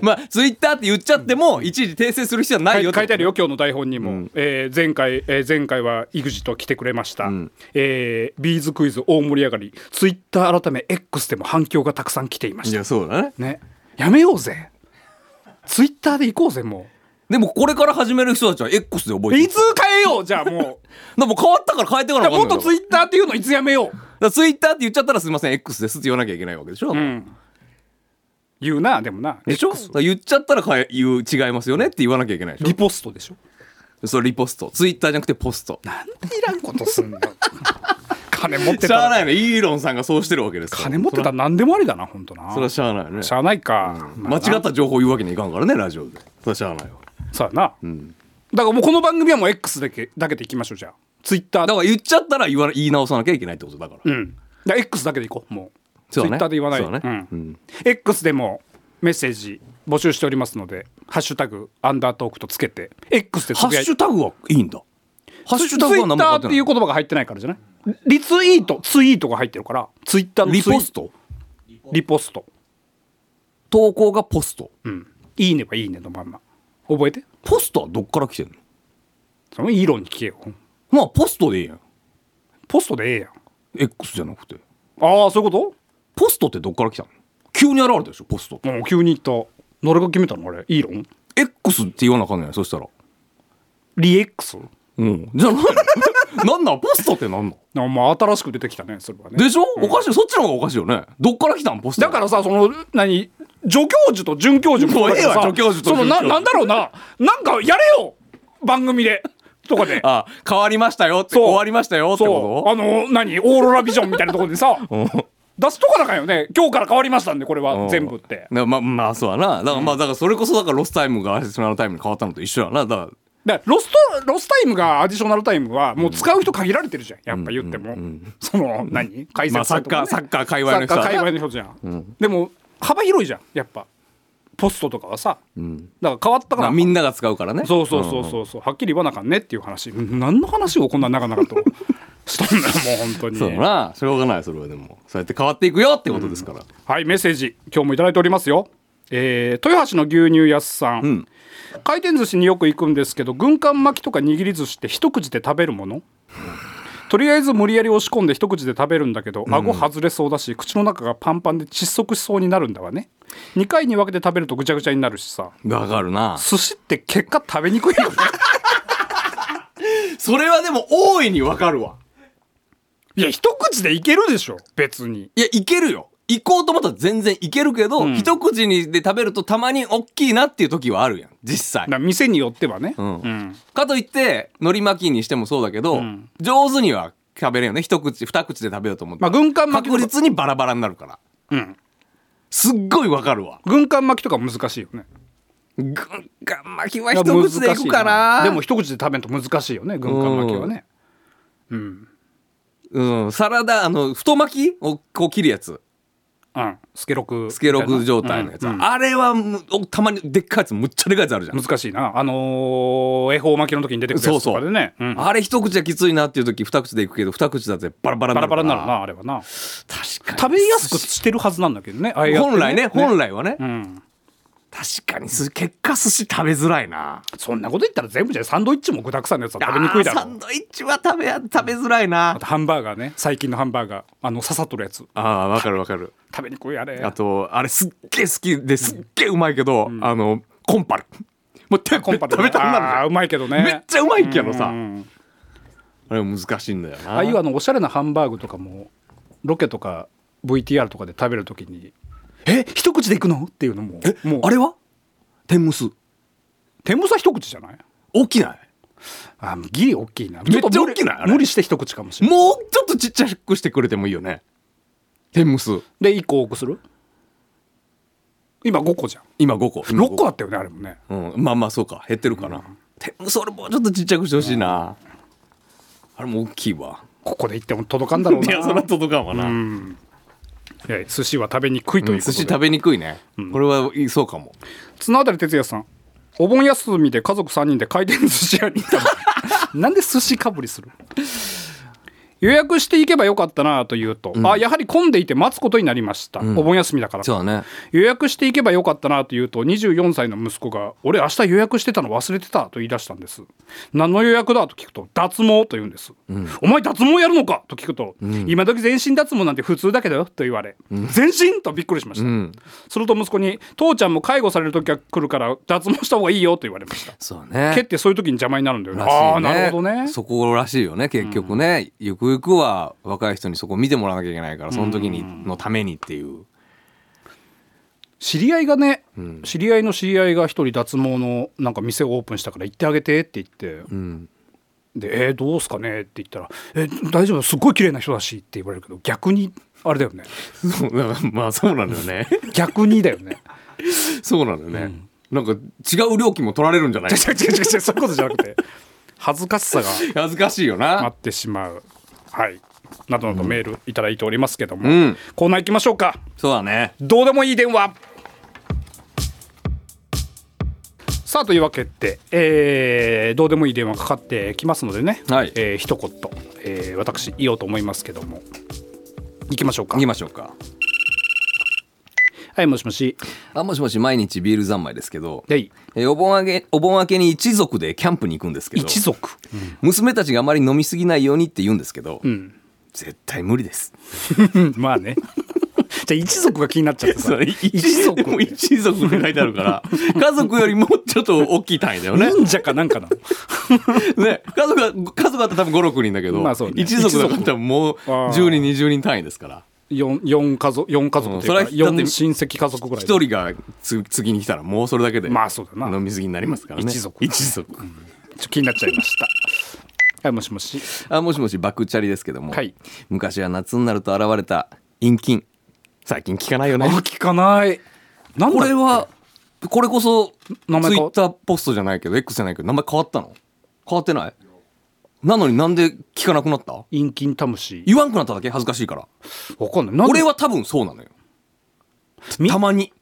[SPEAKER 4] まあツイッターって言っちゃってもいちいち訂正する必要はな
[SPEAKER 3] 書
[SPEAKER 4] いよ
[SPEAKER 3] い
[SPEAKER 4] って
[SPEAKER 3] 書
[SPEAKER 4] こ
[SPEAKER 3] い
[SPEAKER 4] と
[SPEAKER 3] てあるよ今日の台本にも、えー前回、えー前回は EXIT 来てくれました、えービーズクイズ大盛り上がりツイッター改め X でも反響がたくさん来ていま
[SPEAKER 4] い
[SPEAKER 3] した
[SPEAKER 4] やそうだね
[SPEAKER 3] ねやめようぜツイッターで行こうぜも
[SPEAKER 4] でもこれから始める人たちは X で覚
[SPEAKER 3] う
[SPEAKER 4] えて
[SPEAKER 3] いつ変えようじゃあもう
[SPEAKER 4] でもう変わったから変えてか
[SPEAKER 3] じ
[SPEAKER 4] ら
[SPEAKER 3] ゃあもっとツイ
[SPEAKER 4] イ
[SPEAKER 3] ッターっていうのいつやめよ
[SPEAKER 4] ツイッターって言っちゃったらすいません X ですって言わなきゃいけないわけでし
[SPEAKER 3] う、
[SPEAKER 4] ょ、
[SPEAKER 3] うん、言うなでもな
[SPEAKER 4] でしょだから言っちゃったら変え言う違いますよねって言わなきゃいけないでし
[SPEAKER 3] リポストでしょ
[SPEAKER 4] ょそれリポストツイッターじゃなくてポスト
[SPEAKER 3] いらんことすんの 金持って
[SPEAKER 4] しゃあ
[SPEAKER 3] たら
[SPEAKER 4] ないのイーロンさんがそうしてるわけですから
[SPEAKER 3] 金持ってたら何でもありだな本当な
[SPEAKER 4] それはしゃあないね
[SPEAKER 3] しゃあないか、
[SPEAKER 4] 間違った情報言うわけにいかんからねラジオでそれはしゃあないわ
[SPEAKER 3] そうやな、だからもうこの番組はもう X だけだけでいきましょうじゃあツイッターだ
[SPEAKER 4] だから言っちゃったら言わな言い直さなきゃいけないってことだから、
[SPEAKER 3] うんだから X だけでいこうもう
[SPEAKER 4] そう
[SPEAKER 3] ツ
[SPEAKER 4] だ
[SPEAKER 3] イ
[SPEAKER 4] ね
[SPEAKER 3] ッターで言わない
[SPEAKER 4] そうだね
[SPEAKER 3] ん X でもメッセージ募集しておりますので「ハッシュタグアンダートーク」とつけて X でつ
[SPEAKER 4] ハッ
[SPEAKER 3] ぶやい
[SPEAKER 4] シュタグはいいんだハッシュタグ
[SPEAKER 3] ツイ
[SPEAKER 4] は
[SPEAKER 3] ッ
[SPEAKER 4] 何も
[SPEAKER 3] タ
[SPEAKER 4] 変わ
[SPEAKER 3] ー
[SPEAKER 4] っ
[SPEAKER 3] ってて
[SPEAKER 4] ない
[SPEAKER 3] いう言葉が入ってないからじゃないリツイートツイートが入ってるからツイッターのツイ
[SPEAKER 4] リポスト
[SPEAKER 3] リポスト、
[SPEAKER 4] 投稿がポスト
[SPEAKER 3] うん、いいねはいいねのまんま覚えて
[SPEAKER 4] ポストはどっから来てんの
[SPEAKER 3] そのイーロンに聞けよ
[SPEAKER 4] まあポストでいいやん
[SPEAKER 3] ポストでええやん
[SPEAKER 4] X じゃなくて
[SPEAKER 3] ああそういうこ
[SPEAKER 4] ポストってどっから来たの急に現れたでしょポストって
[SPEAKER 3] とうん急に言った誰が決めたのあれイーロン
[SPEAKER 4] X って言わなあかんねんそしたら
[SPEAKER 3] リエックス
[SPEAKER 4] うんじゃあ 何なんなんポストってなんの
[SPEAKER 3] あまあ新しく出てきたねそれはね
[SPEAKER 4] でしょ、おかしいそっちの方がおかしいよねどっから来たんポスト
[SPEAKER 3] だからさその何助教授と准教授
[SPEAKER 4] もうええわ
[SPEAKER 3] さ
[SPEAKER 4] 助教授と
[SPEAKER 3] そのな
[SPEAKER 4] 准教授
[SPEAKER 3] なんだろうななんかやれよ番組でとかで
[SPEAKER 4] あ変わりましたよって
[SPEAKER 3] そう
[SPEAKER 4] 終わりましたよっ
[SPEAKER 3] そ
[SPEAKER 4] て
[SPEAKER 3] う
[SPEAKER 4] こ
[SPEAKER 3] あの何オーロラビジョンみたいなところで さ出すとこだからよね今日から変わりましたんでこれ
[SPEAKER 4] と
[SPEAKER 3] は全部って
[SPEAKER 4] なままあそうやなだからまあだからそれこそだからロスタイムがアディショナルタイムに変わったのと一緒やなだから
[SPEAKER 3] だからロストロスタイムがアディショナルタイムはもう使う人限られてるじゃんやっぱ言っても、その何解
[SPEAKER 4] まあ
[SPEAKER 3] 説者
[SPEAKER 4] サッ
[SPEAKER 3] とかね
[SPEAKER 4] カーサッカー界隈の人
[SPEAKER 3] サッカー界
[SPEAKER 4] は
[SPEAKER 3] 隈の人じゃん、でも幅広いじゃんやっぱポストとかはさ、だから変わったか
[SPEAKER 4] まあ
[SPEAKER 3] ら
[SPEAKER 4] みんなが使うからね
[SPEAKER 3] そうそうそうそうそうはっきり言わなあかんねっていう話うん何の話をこんな長 々としたんだよもう本当に
[SPEAKER 4] そうやなしょうがないそれはでもそうやって変わっていくよってことですから、
[SPEAKER 3] はい、メッセージ、今日もいただいておりますよ。えー、豊橋の牛乳屋さん、回転寿司によく行くんですけど軍艦巻きとか握り寿司って一口で食べるものとりあえず無理やり押し込んで一口で食べるんだけど顎外れそうだし、口の中がパンパンで窒息しそうになるんだわね2回に分けて食べるとぐちゃぐちゃになるしさ
[SPEAKER 4] わかるな
[SPEAKER 3] 寿司って結果食べにくいよね
[SPEAKER 4] それはでも大いにわかるわ
[SPEAKER 3] いや一口でいけるでしょ別に
[SPEAKER 4] いやいけるよ行こうと思ったら全然いけるけど、一口にで食べるとたまに大きいなっていう時はあるやん実際
[SPEAKER 3] だから店によってはね、
[SPEAKER 4] ん
[SPEAKER 3] うん
[SPEAKER 4] かといって海苔巻きにしてもそうだけど、
[SPEAKER 3] ん
[SPEAKER 4] 上手には食べれんよね一口二口で食べようと思って、
[SPEAKER 3] まあ軍艦巻き
[SPEAKER 4] 確
[SPEAKER 3] とか
[SPEAKER 4] 実にバラバラになるから
[SPEAKER 3] うん
[SPEAKER 4] すっごいわかるわ
[SPEAKER 3] 軍艦巻きとか難しいよね
[SPEAKER 4] 軍艦巻きは一口でいくかな
[SPEAKER 3] でも一口で食べると難しいよね軍艦巻きはね、
[SPEAKER 4] うん、サラダあの太巻きをこう切るやつ
[SPEAKER 3] うん、スケロク
[SPEAKER 4] スケロク状態のやつ、
[SPEAKER 3] うんうん
[SPEAKER 4] あれはむおたまにでっかいやつむっちゃでかいやつあるじゃん、
[SPEAKER 3] 難しいなあのー恵方巻きの時に出てくる
[SPEAKER 4] そ
[SPEAKER 3] や
[SPEAKER 4] う
[SPEAKER 3] つと
[SPEAKER 4] そ
[SPEAKER 3] か
[SPEAKER 4] う、
[SPEAKER 3] でねうん
[SPEAKER 4] あれ一口はきついなっていう時二口でいくけど二口だってバラバラ
[SPEAKER 3] バラ
[SPEAKER 4] になるか
[SPEAKER 3] バラ
[SPEAKER 4] ら
[SPEAKER 3] になるなあれはな
[SPEAKER 4] 確かに
[SPEAKER 3] 食べやすくしてるはずなんだけどねああやって
[SPEAKER 4] 本来ね本来はね、
[SPEAKER 3] うん、
[SPEAKER 4] 確かにす結果寿司食べづらいな
[SPEAKER 3] そんなこと言ったら全部じゃないサンドイッチも具沢山のやつは食べにくいだろ
[SPEAKER 4] あーサンドイッチは食べや食べづらいな
[SPEAKER 3] あとハンバーガーね最近のハンバーガーあの刺さっとるやつ
[SPEAKER 4] あーわかるわかる
[SPEAKER 3] 食べにくいあれ
[SPEAKER 4] あとあれすっげえ好きですっげえうまいけど、あのコンパルもう手
[SPEAKER 3] コ
[SPEAKER 4] コ
[SPEAKER 3] ン
[SPEAKER 4] ン
[SPEAKER 3] パ
[SPEAKER 4] パ
[SPEAKER 3] ル
[SPEAKER 4] ル
[SPEAKER 3] ね
[SPEAKER 4] 食べたくなるじゃん
[SPEAKER 3] あーうまいけどね
[SPEAKER 4] めっちゃうまいけどさ、
[SPEAKER 3] うん
[SPEAKER 4] あれ難しいんだよな
[SPEAKER 3] ああいうあのおしゃれなハンバーグとかもロケとか VTR とかで食べるときに「え一口でいくの?」っていうのももう
[SPEAKER 4] れは天むす
[SPEAKER 3] 天むすは一口じゃない
[SPEAKER 4] 大きない
[SPEAKER 3] あギリ大きいな
[SPEAKER 4] めっちゃ
[SPEAKER 3] ょと無理
[SPEAKER 4] 大きないあれ
[SPEAKER 3] 無理して一口かもしれない
[SPEAKER 4] もうちょっとちっちゃくしてくれてもいいよね天むす
[SPEAKER 3] で一個多くする今5個じゃん
[SPEAKER 4] 今5個今
[SPEAKER 3] 6個あったよねあれもね
[SPEAKER 4] うん、まあまあそうか減ってるかな、天むす俺もうちょっとちっちゃくしてほしいな、あれも大きいわ
[SPEAKER 3] ここで行っても届かんだろう
[SPEAKER 4] いやそりゃ
[SPEAKER 3] な
[SPEAKER 4] 届かんわな、
[SPEAKER 3] いや寿司は食べにくいということ
[SPEAKER 4] 寿司
[SPEAKER 3] で、
[SPEAKER 4] 食べにくいね、これはいそうかも
[SPEAKER 3] 綱渡哲也さんお盆休みで家族3人で回転寿司屋に行った のなんで寿司かぶりする予約していけばよかったなというと、あやはり混んでいて待つことになりました、お盆休みだから
[SPEAKER 4] そうだね
[SPEAKER 3] 予約していけばよかったなと言うと24歳の息子が「俺明日予約してたの忘れてた」と言い出したんです何の予約だと聞くと「脱毛」と言うんです、お前脱毛やるのか?」と聞くと、今時全身脱毛なんて普通だけどよ」と言われ「全身?」とびっくりしました、すると息子に「父ちゃんも介護される時が来るから脱毛した方がいいよ」と言われました
[SPEAKER 4] そうね
[SPEAKER 3] 毛ってそういう時に邪魔になるんだよね
[SPEAKER 4] らしいね
[SPEAKER 3] ああなるほどね
[SPEAKER 4] そこらしいよね結局ね、ゆくゆくは若い人にそこ見てもらわなきゃいけないからその時にのためにっていう、
[SPEAKER 3] 知り合いがね、知り合いの知り合いが一人脱毛のなんか店をオープンしたから行ってあげてって言って、で「えーどうすかね?」って言ったら「え大丈夫すっごい綺麗な人だし」って言われるけど逆にあれだよね
[SPEAKER 4] そうだからまあそうなん だよね
[SPEAKER 3] 逆にだよね
[SPEAKER 4] そうなんだよね、なんか違う料金も取られるんじゃない
[SPEAKER 3] 違う違う違う違うそういうことじゃなくて恥ずかしさが
[SPEAKER 4] 恥ずかしいよな、
[SPEAKER 3] 待ってしまうはいなどなどメールいただいておりますけども、
[SPEAKER 4] うん
[SPEAKER 3] コーナー行きましょうか
[SPEAKER 4] そうだね
[SPEAKER 3] どうでもいい電話さあというわけで、えーどうでもいい電話かかってきますのでね、
[SPEAKER 4] はい
[SPEAKER 3] えー一言、えー私言おうと思いますけども行きましょうか
[SPEAKER 4] 行きましょうか
[SPEAKER 3] はいもしもし
[SPEAKER 4] あもしもし毎日ビール三昧ですけど、
[SPEAKER 3] はい
[SPEAKER 4] えーお盆明けお盆明けに一族でキャンプに行くんですけど
[SPEAKER 3] 一族
[SPEAKER 4] 娘たちがあまり飲みすぎないようにって言うんですけど、絶対無理です。
[SPEAKER 3] まあね。 じゃあ一族が気になっちゃっ てさ。
[SPEAKER 4] 一族も一族って書いてある から、家族よりもちょっと大きい単位だよね。
[SPEAKER 3] 忍者かなんかなの。
[SPEAKER 4] ね、家族が、家族だったら多分5、6人だけど、
[SPEAKER 3] まあそうね
[SPEAKER 4] 一族だったらもう
[SPEAKER 3] あー
[SPEAKER 4] 10人、20人単位ですから、
[SPEAKER 3] 四四家族四家族という
[SPEAKER 4] う
[SPEAKER 3] か
[SPEAKER 4] んそれはだって
[SPEAKER 3] 四親戚家族ぐらい。
[SPEAKER 4] 一人がつ次に来たらもうそれだけで、
[SPEAKER 3] まあそうだな
[SPEAKER 4] 飲み過ぎになりますからね。
[SPEAKER 3] 一族
[SPEAKER 4] 一族。
[SPEAKER 3] ちょっと気になっちゃいました。はいもしもし。
[SPEAKER 4] あ、もしもし、バクチャリですけども、
[SPEAKER 3] はい
[SPEAKER 4] 昔は夏になると現れた陰菌。最近聞かないよね。
[SPEAKER 3] 聞かない。なんだ
[SPEAKER 4] これは、これこそ、ツイ
[SPEAKER 3] 名前変わ
[SPEAKER 4] ッターポストじゃないけど、X じゃないけど、名前変わったの変わってないなのになんで聞かなくなった
[SPEAKER 3] 陰菌タムシ。
[SPEAKER 4] 言わんくなっただけ恥ずかしいから。
[SPEAKER 3] わかんない。なんで
[SPEAKER 4] 俺は多分そうなのよ。
[SPEAKER 3] み
[SPEAKER 4] たまに。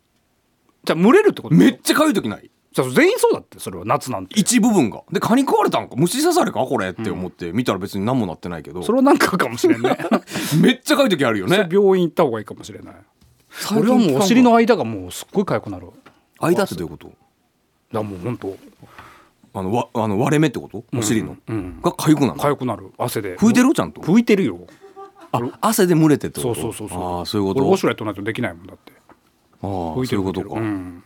[SPEAKER 3] じゃあ群れるってこと
[SPEAKER 4] めっちゃかゆい時ない。
[SPEAKER 3] じゃあ全員そうだってそれは夏なんて。
[SPEAKER 4] 一部分が。で、蚊に食われたんか虫刺されかこれって思って、見たら別に何もなってないけど、
[SPEAKER 3] それはなんかかもしれん ね。
[SPEAKER 4] めっちゃかゆい時あるよ
[SPEAKER 3] それ
[SPEAKER 4] ね。
[SPEAKER 3] 病院行った方がいいかもしれない。俺はもうお尻の間がもうすっごい痒くなる。だか
[SPEAKER 4] 間ってどういうこと
[SPEAKER 3] らもう本当
[SPEAKER 4] あの、わあの割れ目ってことお尻の。
[SPEAKER 3] ん
[SPEAKER 4] がかゆくなるの。
[SPEAKER 3] 痒くなる汗で。
[SPEAKER 4] 拭いてるちゃんと。
[SPEAKER 3] 拭いてるよ。
[SPEAKER 4] あ、汗で蒸れてって
[SPEAKER 3] そ
[SPEAKER 4] こ
[SPEAKER 3] う
[SPEAKER 4] と
[SPEAKER 3] そうそうそう。
[SPEAKER 4] ああ、そういうこ
[SPEAKER 3] 俺ウォシュ
[SPEAKER 4] と。
[SPEAKER 3] レットないとできないもんだって。
[SPEAKER 4] ああ、そ
[SPEAKER 3] 拭
[SPEAKER 4] う
[SPEAKER 3] いて
[SPEAKER 4] い
[SPEAKER 3] る
[SPEAKER 4] うこと
[SPEAKER 3] う
[SPEAKER 4] か。
[SPEAKER 3] ん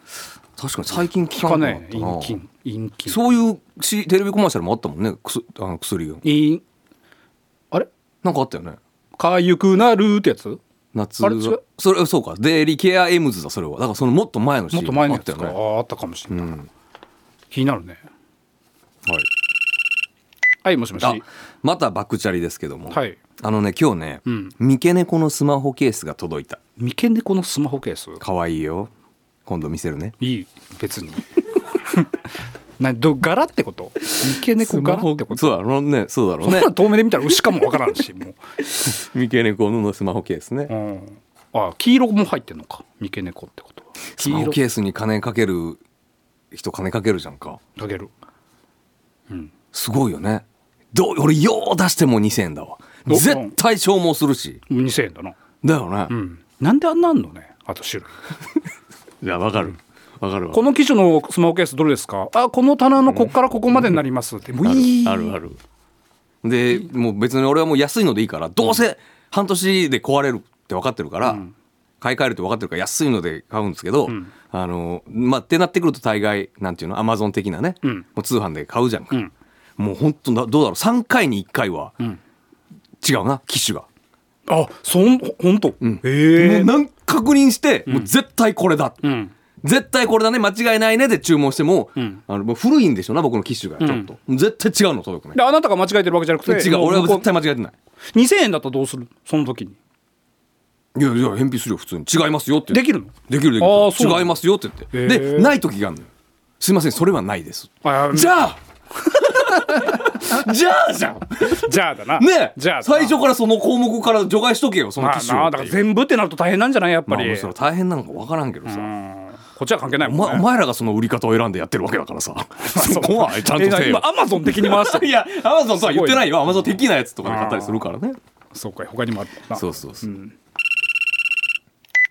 [SPEAKER 4] 確かに最近聞
[SPEAKER 3] 効
[SPEAKER 4] か
[SPEAKER 3] か
[SPEAKER 4] な
[SPEAKER 3] な
[SPEAKER 4] く
[SPEAKER 3] い
[SPEAKER 4] なっ
[SPEAKER 3] ね。
[SPEAKER 4] たな
[SPEAKER 3] 陰菌陰菌。
[SPEAKER 4] そういうしテレビコマーシャルもあったもんねくすあの薬が
[SPEAKER 3] 陰あれ
[SPEAKER 4] なんかあったよね
[SPEAKER 3] 痒くなるってやつ？
[SPEAKER 4] 夏
[SPEAKER 3] あれ違
[SPEAKER 4] が
[SPEAKER 3] う
[SPEAKER 4] それそうかデイリーケアエムズだそれはだからそのもっと前のシ
[SPEAKER 3] もっ
[SPEAKER 4] ー
[SPEAKER 3] と
[SPEAKER 4] ン
[SPEAKER 3] 前の
[SPEAKER 4] あ
[SPEAKER 3] や
[SPEAKER 4] っ
[SPEAKER 3] つ
[SPEAKER 4] た
[SPEAKER 3] か。
[SPEAKER 4] よ
[SPEAKER 3] あ
[SPEAKER 4] ねは
[SPEAKER 3] ーあったかもしれない。気になるね。
[SPEAKER 4] い
[SPEAKER 3] はいもしもし。
[SPEAKER 4] あ
[SPEAKER 3] は
[SPEAKER 4] またバクチャリですけども、
[SPEAKER 3] い。
[SPEAKER 4] あのね今日ね、
[SPEAKER 3] ん
[SPEAKER 4] 三毛猫のスマホケースが届いた
[SPEAKER 3] 眉間でこのスマホケース。
[SPEAKER 4] かわいいよ今度見せるね
[SPEAKER 3] いい別に など柄ってこと三毛猫柄ってこと
[SPEAKER 4] そうだろうねそうだろ
[SPEAKER 3] そん
[SPEAKER 4] う
[SPEAKER 3] な
[SPEAKER 4] ね
[SPEAKER 3] の遠目で見たら牛かもわからん しも
[SPEAKER 4] 三毛猫のスマホケースね、
[SPEAKER 3] う、うん、あ黄色も入ってんのか三毛猫ってことは
[SPEAKER 4] ス
[SPEAKER 3] 黄
[SPEAKER 4] マホ
[SPEAKER 3] 色
[SPEAKER 4] ケースに金かける人金かけるじゃんか
[SPEAKER 3] かける
[SPEAKER 4] すごいよねどう俺よう出しても2000円だわ
[SPEAKER 3] お
[SPEAKER 4] 絶対消耗するし
[SPEAKER 3] 2000円だな
[SPEAKER 4] だよね、
[SPEAKER 3] うんなんであんなあんのねあと種類
[SPEAKER 4] いやわかるわかるわ
[SPEAKER 3] この機種のスマホケースどれですかあこの棚のこっからここまでになりますってもういい
[SPEAKER 4] あるあるでもう別に俺はもう安いのでいいからどうせ半年で壊れるって分かってるから、買い替えるって分かってるから安いので買うんですけど、あのまあってなってくると大概なんていうのアマゾン的なね、
[SPEAKER 3] ん
[SPEAKER 4] もう通販で買うじゃんか、
[SPEAKER 3] ん
[SPEAKER 4] もう本当だどうだろう3回に1回は、
[SPEAKER 3] ん
[SPEAKER 4] 違うな機種が、
[SPEAKER 3] あそんほんと、
[SPEAKER 4] ん
[SPEAKER 3] へえ
[SPEAKER 4] もうなん確認して、もう絶対これだ、
[SPEAKER 3] うん
[SPEAKER 4] 絶対これだね間違いないねで注文しても,、
[SPEAKER 3] ん
[SPEAKER 4] あのもう古いんでしょうな僕の機種がちょっと、絶対違うの届くね
[SPEAKER 3] であなたが間違えてるわけじゃなくて
[SPEAKER 4] 違う
[SPEAKER 3] もう
[SPEAKER 4] 俺は
[SPEAKER 3] 向こ
[SPEAKER 4] 絶対間違えてないう
[SPEAKER 3] 2000円だったらどうするその時に
[SPEAKER 4] いやいや返品するよ普通に違いますよって
[SPEAKER 3] できるの
[SPEAKER 4] できるでき
[SPEAKER 3] あーそうなの
[SPEAKER 4] る違いますよって言って
[SPEAKER 3] へー
[SPEAKER 4] でない時があるのよすいませんそれはないです
[SPEAKER 3] あ
[SPEAKER 4] じゃあじゃあじゃん
[SPEAKER 3] じゃあだな
[SPEAKER 4] ねえ
[SPEAKER 3] じゃあだな
[SPEAKER 4] 最初からその項目から除外しとけよその
[SPEAKER 3] ま
[SPEAKER 4] 機
[SPEAKER 3] あ
[SPEAKER 4] 種
[SPEAKER 3] な
[SPEAKER 4] を
[SPEAKER 3] あだから全部ってなると大変なんじゃないやっぱ
[SPEAKER 4] まあ
[SPEAKER 3] り、
[SPEAKER 4] もうそれ大変なのか分からんけどさ
[SPEAKER 3] こっちは関係ない
[SPEAKER 4] お
[SPEAKER 3] もん
[SPEAKER 4] 前
[SPEAKER 3] ね、
[SPEAKER 4] お前らがその売り方を選んでやってるわけだか らさそこはちゃん
[SPEAKER 3] え
[SPEAKER 4] とせえよ
[SPEAKER 3] 今アマゾン的に回した
[SPEAKER 4] いやアマゾンとは言ってないよアマゾン的なやつとかで買ったりするからね
[SPEAKER 3] そうか他にもあるもんな
[SPEAKER 4] そうそうそう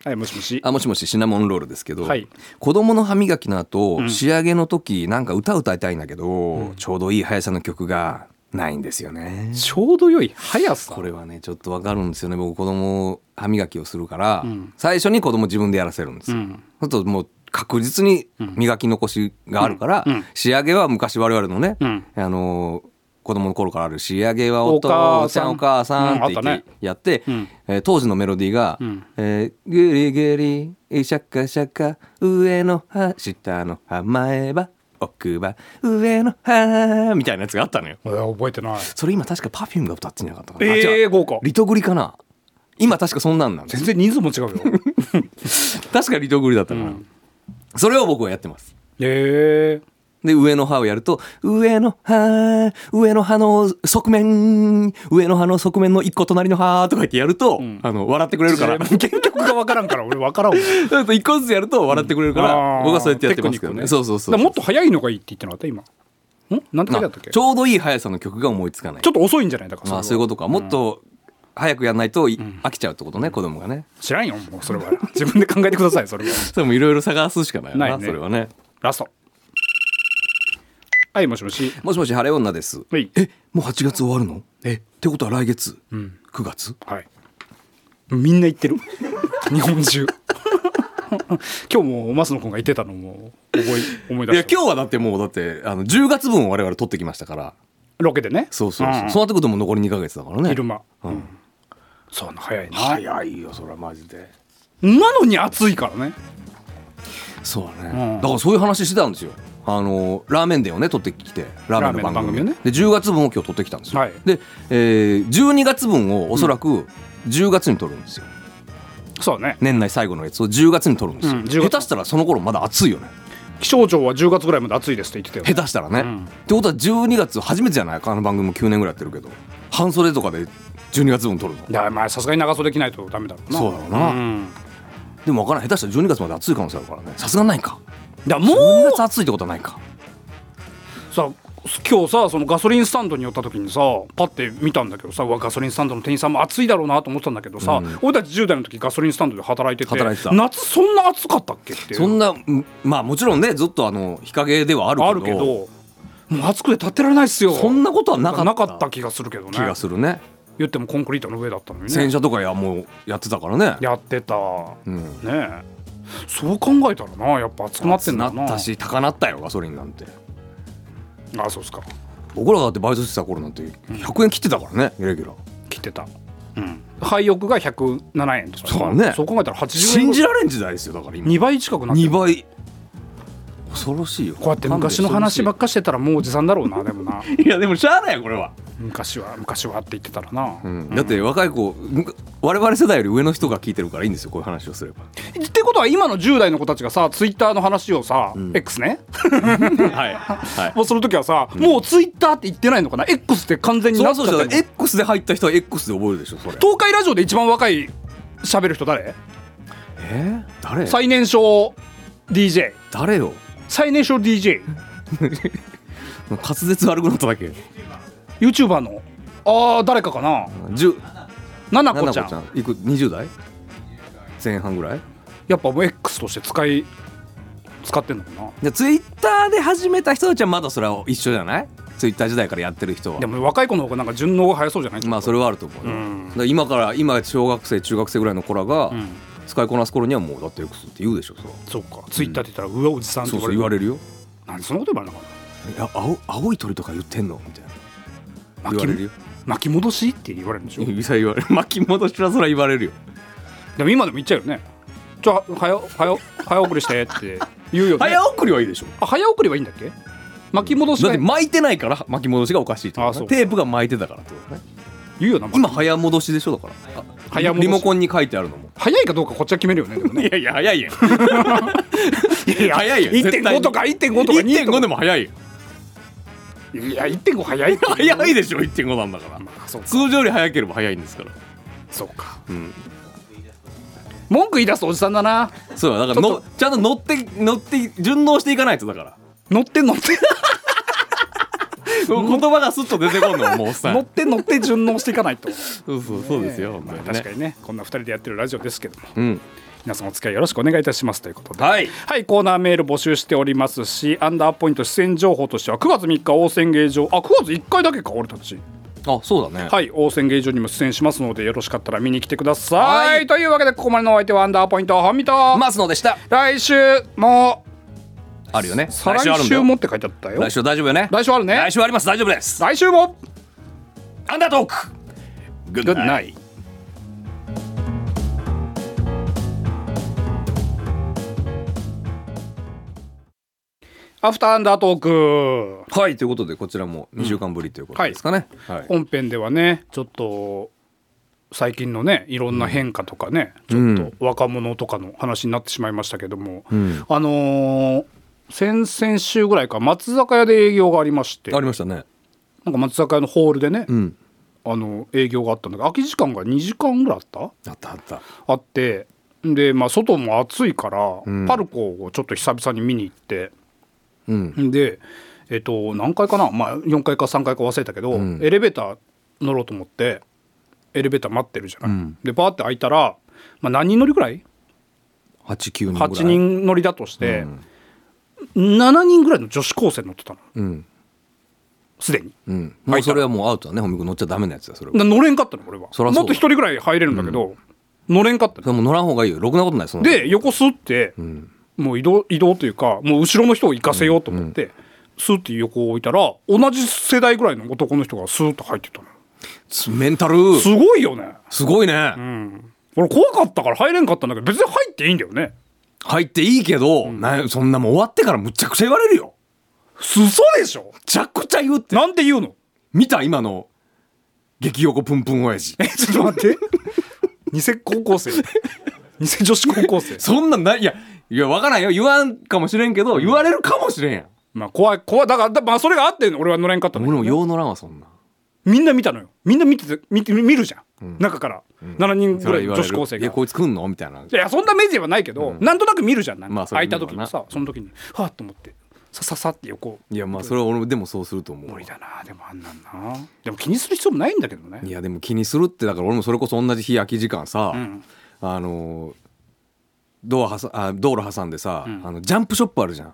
[SPEAKER 3] はいもしもし
[SPEAKER 4] あもしもしシナモンロールですけど、
[SPEAKER 3] はい
[SPEAKER 4] 子供の歯磨きの後、仕上げの時なんか歌歌いたいんだけど、ちょうどいい速さの曲がないんですよね。
[SPEAKER 3] ちょうど良い速さ
[SPEAKER 4] これはねちょっとわかるんですよね僕子供歯磨きをするから、最初に子供自分でやらせるんですよ。
[SPEAKER 3] ん
[SPEAKER 4] あともう確実に磨き残しがあるから、仕上げは昔我々のね、
[SPEAKER 3] うん
[SPEAKER 4] あのー子供の頃からある仕上げはお父さんお
[SPEAKER 3] お
[SPEAKER 4] 母
[SPEAKER 3] 母さ
[SPEAKER 4] さ
[SPEAKER 3] ん
[SPEAKER 4] んって言
[SPEAKER 3] うんあ
[SPEAKER 4] っ
[SPEAKER 3] ってた
[SPEAKER 4] やって、
[SPEAKER 3] ん
[SPEAKER 4] えー当時のメロディーが「
[SPEAKER 3] ん
[SPEAKER 4] えーグリグリシャカシャカ上の歯下の歯前歯奥歯上の歯」みたいなやつがあったのよ。
[SPEAKER 3] えー覚えてない
[SPEAKER 4] それ今確かパフュームが歌ってんじゃなかったかな、あ
[SPEAKER 3] え
[SPEAKER 4] 違
[SPEAKER 3] え
[SPEAKER 4] う
[SPEAKER 3] 豪華
[SPEAKER 4] リトグリかな今確かそんなんなんです
[SPEAKER 3] 全然人数も違 うよ
[SPEAKER 4] 確かリトグリだったかな、それを僕はやってます
[SPEAKER 3] ええ
[SPEAKER 4] で上の歯をやると上の歯上の歯の側面上の歯の側面の一個隣の歯とか言ってやると、あの笑ってくれる から
[SPEAKER 3] 結局が分からんから俺分からんわ
[SPEAKER 4] だと一個ずつやると笑ってくれるから、
[SPEAKER 3] あー
[SPEAKER 4] 僕はそうやってやってますけど
[SPEAKER 3] テクニック
[SPEAKER 4] ね
[SPEAKER 3] ね
[SPEAKER 4] そうそうそう
[SPEAKER 3] だからもっと速いのがいいって言ってなかった今んなんて書いてあったっけ
[SPEAKER 4] ち
[SPEAKER 3] ちょ
[SPEAKER 4] ょうどいい速さの曲が思いつかない
[SPEAKER 3] っと遅いんじゃないだから
[SPEAKER 4] あそういうことかもっと早くやんないとい飽きちゃうってことね、子供がね
[SPEAKER 3] と知らんよもうそれは自分で考えてくださいそれは
[SPEAKER 4] それもいろいろ探すしかないよな
[SPEAKER 3] ないね
[SPEAKER 4] それはね
[SPEAKER 3] ラストはいもしもし
[SPEAKER 4] もしもし晴れ女です
[SPEAKER 3] はい
[SPEAKER 4] えもう8月終わるの
[SPEAKER 3] え
[SPEAKER 4] ってことは来月、9 9月
[SPEAKER 3] はい。みんな行ってる。日本中。今日も増野君が言ってたのも覚え思い
[SPEAKER 4] い
[SPEAKER 3] 出
[SPEAKER 4] や
[SPEAKER 3] した。
[SPEAKER 4] 今日はだってもうだってあの10月分を我々取ってきましたから
[SPEAKER 3] ロケでね。
[SPEAKER 4] そうそうそう、
[SPEAKER 3] ん
[SPEAKER 4] そうなってくるともう残り2か月だからね
[SPEAKER 3] 昼間。うんそうな早いな。
[SPEAKER 4] 早いよそれはマジで
[SPEAKER 3] なのに暑いからね。
[SPEAKER 4] そうだね、
[SPEAKER 3] うん
[SPEAKER 4] だからそういう話してたんですよあのラーメン店をね取ってきてラーメン
[SPEAKER 3] ラーメ
[SPEAKER 4] の番組
[SPEAKER 3] ンの番組をね
[SPEAKER 4] で10月分を今日取ってきたんですよ、
[SPEAKER 3] はい
[SPEAKER 4] で、えー、12月分をおそらく10月に取るんですよ、
[SPEAKER 3] そうね。
[SPEAKER 4] 年内最後のやつを10月に取るんですよ、
[SPEAKER 3] うん10月
[SPEAKER 4] 下手したらその頃まだ暑いよね
[SPEAKER 3] 気象庁は10月ぐらいまで暑いですって言ってたよ。
[SPEAKER 4] 下手したらね、
[SPEAKER 3] ん
[SPEAKER 4] ってことは12月初めてじゃないあの番組も9年ぐらいやってるけど半袖とかで12月分取るの
[SPEAKER 3] いやまあさすがに長袖着ないとダメだろうな。
[SPEAKER 4] そうだろうな
[SPEAKER 3] うん
[SPEAKER 4] でも分からない下手したら12月まで暑い可能性あるからねさすがにないか
[SPEAKER 3] だからも
[SPEAKER 4] 12
[SPEAKER 3] う
[SPEAKER 4] 月暑いってことはないか
[SPEAKER 3] さ今日さそのガソリンスタンドに寄った時にさパッて見たんだけどさうわガソリンスタンドの店員さんも暑いだろうなと思ってたんだけどさ、俺たち10代の時ガソリンスタンドで働いてて
[SPEAKER 4] 働いてた
[SPEAKER 3] 夏そんな暑かったっけっていう
[SPEAKER 4] そんなうんまあもちろんねずっとあの日陰ではある
[SPEAKER 3] あるけどもう暑くて立ってられないっすよ
[SPEAKER 4] そんなことはなかった
[SPEAKER 3] なかった気がするけどね
[SPEAKER 4] 気がするね
[SPEAKER 3] 言ってもコンクリートの上だったのにね
[SPEAKER 4] 洗車とかやもうやってたからね
[SPEAKER 3] やってた、
[SPEAKER 4] ん
[SPEAKER 3] ねえそう考えたらなやっぱ暑くなってんだ
[SPEAKER 4] な
[SPEAKER 3] よな
[SPEAKER 4] ったし高なったよガソリンなんて
[SPEAKER 3] あそうっすか
[SPEAKER 4] 僕らだってバイトしてた頃なんて100円切ってたからねレギュラー
[SPEAKER 3] 切ってたうん廃浴が107円とか
[SPEAKER 4] そうね
[SPEAKER 3] そう考えたら80円
[SPEAKER 4] 信
[SPEAKER 3] ぐ
[SPEAKER 4] じ
[SPEAKER 3] らい
[SPEAKER 4] られん時代ですよだから今
[SPEAKER 3] 2倍近くなってる
[SPEAKER 4] 2倍恐ろしいよ
[SPEAKER 3] こうやって昔の話ばっ
[SPEAKER 4] か
[SPEAKER 3] かしてたらもうおじさんだろうなでもな
[SPEAKER 4] いやでもしゃあないよこれは、
[SPEAKER 3] 昔は昔はって言ってたらな、
[SPEAKER 4] うん、だって若い子むか我々世代より上の人が聞いてるからいいんですよこういう話をすれ ば
[SPEAKER 3] ってことは今の10代の子たちがさツイッターの話をさ、X ね
[SPEAKER 4] はい、は い、
[SPEAKER 3] もうその時はさ、もうツイッターって言ってないのかな X って完全に
[SPEAKER 4] そり
[SPEAKER 3] な
[SPEAKER 4] ゃ
[SPEAKER 3] っちゃ
[SPEAKER 4] そ
[SPEAKER 3] っ
[SPEAKER 4] う
[SPEAKER 3] て
[SPEAKER 4] じゃ
[SPEAKER 3] る
[SPEAKER 4] な
[SPEAKER 3] の
[SPEAKER 4] い X で入った人は X で覚えるでしょそれ
[SPEAKER 3] 東海ラジオで一番若い喋る人誰
[SPEAKER 4] えー、誰
[SPEAKER 3] 最年少 DJ
[SPEAKER 4] 誰よ
[SPEAKER 3] 最年少 DJYouTuber
[SPEAKER 4] 滑舌悪くなっただけ
[SPEAKER 3] のあー誰かかな
[SPEAKER 4] 10
[SPEAKER 3] なな
[SPEAKER 4] な
[SPEAKER 3] こ
[SPEAKER 4] なこ
[SPEAKER 3] ち
[SPEAKER 4] ち
[SPEAKER 3] ゃ
[SPEAKER 4] ゃ
[SPEAKER 3] ん
[SPEAKER 4] んいく20代前半ぐらい
[SPEAKER 3] やっぱもう X として使い使ってんのかな
[SPEAKER 4] でツイッターで始めた人たちはまだそれは一緒じゃないツイッター時代からやってる人は
[SPEAKER 3] でも若い子の方がなんか順応が早そうじゃない
[SPEAKER 4] まあそれはあると思うね、
[SPEAKER 3] うん
[SPEAKER 4] だから今から今小学生中学生ぐらいの子らが
[SPEAKER 3] ん
[SPEAKER 4] 使いこなす頃にはもうだって X って言うでしょそれは
[SPEAKER 3] そうかツイッターって言ったら、うわおじさんって
[SPEAKER 4] そう
[SPEAKER 3] 言
[SPEAKER 4] そ
[SPEAKER 3] わ
[SPEAKER 4] う
[SPEAKER 3] れる
[SPEAKER 4] 言われるよ
[SPEAKER 3] なんでそんなこと言われなかっ
[SPEAKER 4] いや青青い鳥とか言ってんのみたいな
[SPEAKER 3] た
[SPEAKER 4] 言われるよ
[SPEAKER 3] 巻き戻しって言われるんでしょ
[SPEAKER 4] 指さ言われる巻き戻しはそら言われるよ
[SPEAKER 3] でも今でも言っちゃうよねちょはよはよ早送りしてって言うよね
[SPEAKER 4] 早送りはいいでしょ
[SPEAKER 3] あ早送りはいいんだっけ巻き戻し
[SPEAKER 4] だっ
[SPEAKER 3] が
[SPEAKER 4] て
[SPEAKER 3] 言
[SPEAKER 4] 巻いてないから巻き戻しがおかしいってこと
[SPEAKER 3] あそう
[SPEAKER 4] テープが巻いてたからってことね
[SPEAKER 3] うよな
[SPEAKER 4] 今早戻しでしょだからあ
[SPEAKER 3] 早戻し
[SPEAKER 4] リモコンに書いてあるのも
[SPEAKER 3] 早いかどうかこっちは決めるよねでもね
[SPEAKER 4] いやいや早いやん
[SPEAKER 3] 早
[SPEAKER 4] 早
[SPEAKER 3] い
[SPEAKER 4] い
[SPEAKER 3] よ
[SPEAKER 4] よ
[SPEAKER 3] 絶対に1.5
[SPEAKER 4] 1.5でも早いよ
[SPEAKER 3] いや1.5早いって
[SPEAKER 4] 早いでしょ1.5なんだから
[SPEAKER 3] あそうか
[SPEAKER 4] 通常より早ければ早いんですから
[SPEAKER 3] そうか
[SPEAKER 4] うん
[SPEAKER 3] 文句言い出すおじさんだな
[SPEAKER 4] そうだだからのちゃんと乗って乗って順応していかないとだから
[SPEAKER 3] 乗って乗って
[SPEAKER 4] 言葉がスッと出てこんのもうおっさん
[SPEAKER 3] 乗って乗って順応していかないと
[SPEAKER 4] そうそうそうですよ、
[SPEAKER 3] まあ
[SPEAKER 4] 本当
[SPEAKER 3] 確か
[SPEAKER 4] にね
[SPEAKER 3] にねこんな2人でやってるラジオですけども
[SPEAKER 4] うん
[SPEAKER 3] 皆さんお付き合いよろしくお願いいたしますということで
[SPEAKER 4] はい
[SPEAKER 3] はい、コーナーメール募集しておりますし、アンダーポイント出演情報としては、9月3日、大仙芸場、あ、9月1回だけか、俺たち。
[SPEAKER 4] あそうだね
[SPEAKER 3] はい、大仙芸場にも出演しますので、よろしかったら見に来てください。
[SPEAKER 4] はい
[SPEAKER 3] というわけで、ここまでのお相手は、アンダーポイント、本見と、
[SPEAKER 4] 松野でした
[SPEAKER 3] 来週も、
[SPEAKER 4] あるよね
[SPEAKER 3] 再来週もって書いてあったよ。
[SPEAKER 4] 来週大丈夫よね
[SPEAKER 3] 来週あるね
[SPEAKER 4] 来週あります大丈夫です
[SPEAKER 3] 来週も、
[SPEAKER 4] アンダートークグ
[SPEAKER 3] グッドナイト。アフターアンダートーク。
[SPEAKER 4] はいということでこちらも2週間ぶりということですかね、はい
[SPEAKER 3] 本編ではねちょっと最近のねいろんな変化とかね、ちょっと若者とかの話になってしまいましたけども、あのー先々週ぐらいか松坂屋で営業がありまして
[SPEAKER 4] あ
[SPEAKER 3] なん
[SPEAKER 4] りましたね
[SPEAKER 3] か松坂屋のホールでね、
[SPEAKER 4] うん
[SPEAKER 3] あの営業があったんだけど空き時間が2時間ぐらいあっ
[SPEAKER 4] あったあった
[SPEAKER 3] たあってでまあ外も暑いから、パルコをちょっと久々に見に行って。
[SPEAKER 4] うん
[SPEAKER 3] で、えっと、何階かな、まあ、4階か3階か忘れたけど、
[SPEAKER 4] ん
[SPEAKER 3] エレベーター乗ろうと思ってエレベーター待ってるじゃない、
[SPEAKER 4] ん
[SPEAKER 3] でバーって開いたら、まあ、何人乗りぐらい
[SPEAKER 4] 8、9人ぐらい
[SPEAKER 3] ?8 人乗りだとして、7人ぐらいの女子高生乗ってたの
[SPEAKER 4] うん
[SPEAKER 3] すでに、
[SPEAKER 4] うん、もうそれはもうアウトだね本見君乗っちゃダメなやつだそれは
[SPEAKER 3] だ乗れんかったの俺は
[SPEAKER 4] そらそうだ
[SPEAKER 3] もっと一人ぐらい入れるんだけど、乗れんかったの
[SPEAKER 4] それはもう乗らん方がいいよろくなことないそんなの
[SPEAKER 3] で横スッて、もう移動移動というかもう後ろの人を行かせようと思って、スッて横を置いたら同じ世代ぐらいの男の人がスーッと入ってったの
[SPEAKER 4] つメンタル
[SPEAKER 3] すごいよね
[SPEAKER 4] すごいね、
[SPEAKER 3] 俺怖かったから入れんかったんだけど別に入っていいんだよね
[SPEAKER 4] 入っていいけど、なそんなもん終わってからむちゃくちゃ言われるよ
[SPEAKER 3] 嘘でしょ
[SPEAKER 4] むちゃくちゃ言うって
[SPEAKER 3] なんて言うの
[SPEAKER 4] 見た今の激横プンプン親父
[SPEAKER 3] えちょっと待って偽高校生偽女子高校生
[SPEAKER 4] そんなんないいやいやわからんよ言わんかもしれんけど言われるかもしれんやん
[SPEAKER 3] まあ怖い怖いだからだまあそれがあって俺は乗れんかったの
[SPEAKER 4] 俺もよう乗らんわそんな
[SPEAKER 3] みんな見たのよみんな見てて見て見るじゃん、中から、7人ぐらい女子高生
[SPEAKER 4] いや
[SPEAKER 3] が
[SPEAKER 4] こいつ来んのみたいない
[SPEAKER 3] やそんな目ではないけど、なんとなく見るじゃんなんか、
[SPEAKER 4] まあそれ
[SPEAKER 3] 開いた
[SPEAKER 4] 見るわな
[SPEAKER 3] 時にさその時にはっと思ってさささって横
[SPEAKER 4] いやまあそれは俺もでもそうすると思
[SPEAKER 3] 無
[SPEAKER 4] う
[SPEAKER 3] 理だなでもあんなんなでも気にする必要もないんだけどね
[SPEAKER 4] いやでも気にするってだから俺もそれこそ同じ日空き時間さ、
[SPEAKER 3] ん
[SPEAKER 4] あのドアはさあ道路挟んでさ、あのジャンプショップあるじゃん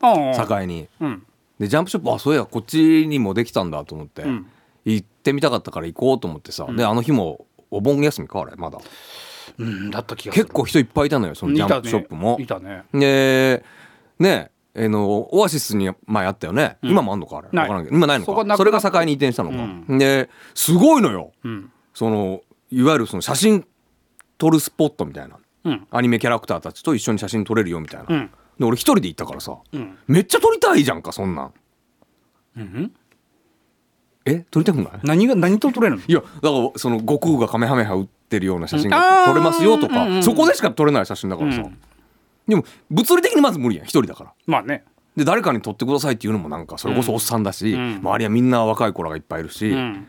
[SPEAKER 3] ああ
[SPEAKER 4] 境に、
[SPEAKER 3] うん
[SPEAKER 4] でジャンプショップあそういやこっちにもできたんだと思って、
[SPEAKER 3] ん
[SPEAKER 4] 行ってみたかったから行こうと思ってさ、であの日もお盆休みかあれまだ
[SPEAKER 3] うんだった気がする
[SPEAKER 4] 結構人いっぱいいたのよそのジャンプショップも
[SPEAKER 3] い。たねいたね
[SPEAKER 4] でねえあのオアシスに前あったよね、今もあんのかあれ
[SPEAKER 3] ない
[SPEAKER 4] わからんけど今ないの
[SPEAKER 3] そこ
[SPEAKER 4] か
[SPEAKER 3] な
[SPEAKER 4] そ
[SPEAKER 3] くな
[SPEAKER 4] れ
[SPEAKER 3] った
[SPEAKER 4] が境に移転したのか、ですごいのよ、
[SPEAKER 3] ん
[SPEAKER 4] そのいわゆるその写真撮るスポットみたいな、
[SPEAKER 3] うん
[SPEAKER 4] アニメキャラクターたちと一緒に写真撮れるよみたいな、
[SPEAKER 3] うん
[SPEAKER 4] で俺一人で行ったからさ、
[SPEAKER 3] うん
[SPEAKER 4] めっちゃ撮りたいじゃんかそんなん
[SPEAKER 3] うん
[SPEAKER 4] え撮りたくない
[SPEAKER 3] 何が何と撮れるの
[SPEAKER 4] いやだからその悟空がカメハメハ打ってるような写真
[SPEAKER 3] うんあ
[SPEAKER 4] が
[SPEAKER 3] ー
[SPEAKER 4] 撮れますよとか、
[SPEAKER 3] うんうん
[SPEAKER 4] そこでしか撮れない写真だからさ、
[SPEAKER 3] うん
[SPEAKER 4] でも物理的にまず無理やん一人だから
[SPEAKER 3] まあね
[SPEAKER 4] で誰かに撮ってくださいっていうのもなんかそれこそおっさんだし、
[SPEAKER 3] ん
[SPEAKER 4] 周りはみんな若い子らがいっぱいいるし、
[SPEAKER 3] う
[SPEAKER 4] うん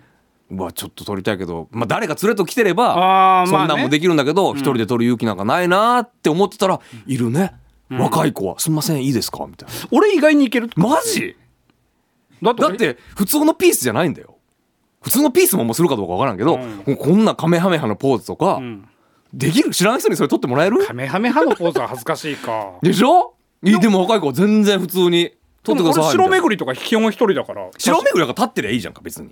[SPEAKER 4] わちょっと撮りたいけど、まあ、誰か連れと来てれ
[SPEAKER 3] あ
[SPEAKER 4] ば
[SPEAKER 3] ーまあ
[SPEAKER 4] そ
[SPEAKER 3] ね
[SPEAKER 4] んなんもできるんだけど一、人で撮る勇気なんかないなーって思ってたらいるね、若い子は「すんませんいいですか?」みたい
[SPEAKER 3] 俺意外にいける
[SPEAKER 4] なマジ
[SPEAKER 3] だって
[SPEAKER 4] だ
[SPEAKER 3] 俺
[SPEAKER 4] って普通のピースじゃないんだよ普通のピースももうするかどうかわからんけど、もうこんなカメハメハのポーズとか、できる知らん人にそれ撮ってもらえる
[SPEAKER 3] カメハメハのポーズは恥ずかしいか
[SPEAKER 4] でしょいやでも若い子は全然普通に撮ってくださいみたいな
[SPEAKER 3] でも俺白めぐりとか基本一人だから
[SPEAKER 4] 白目ぐらいが立ってりゃいいじゃんか別に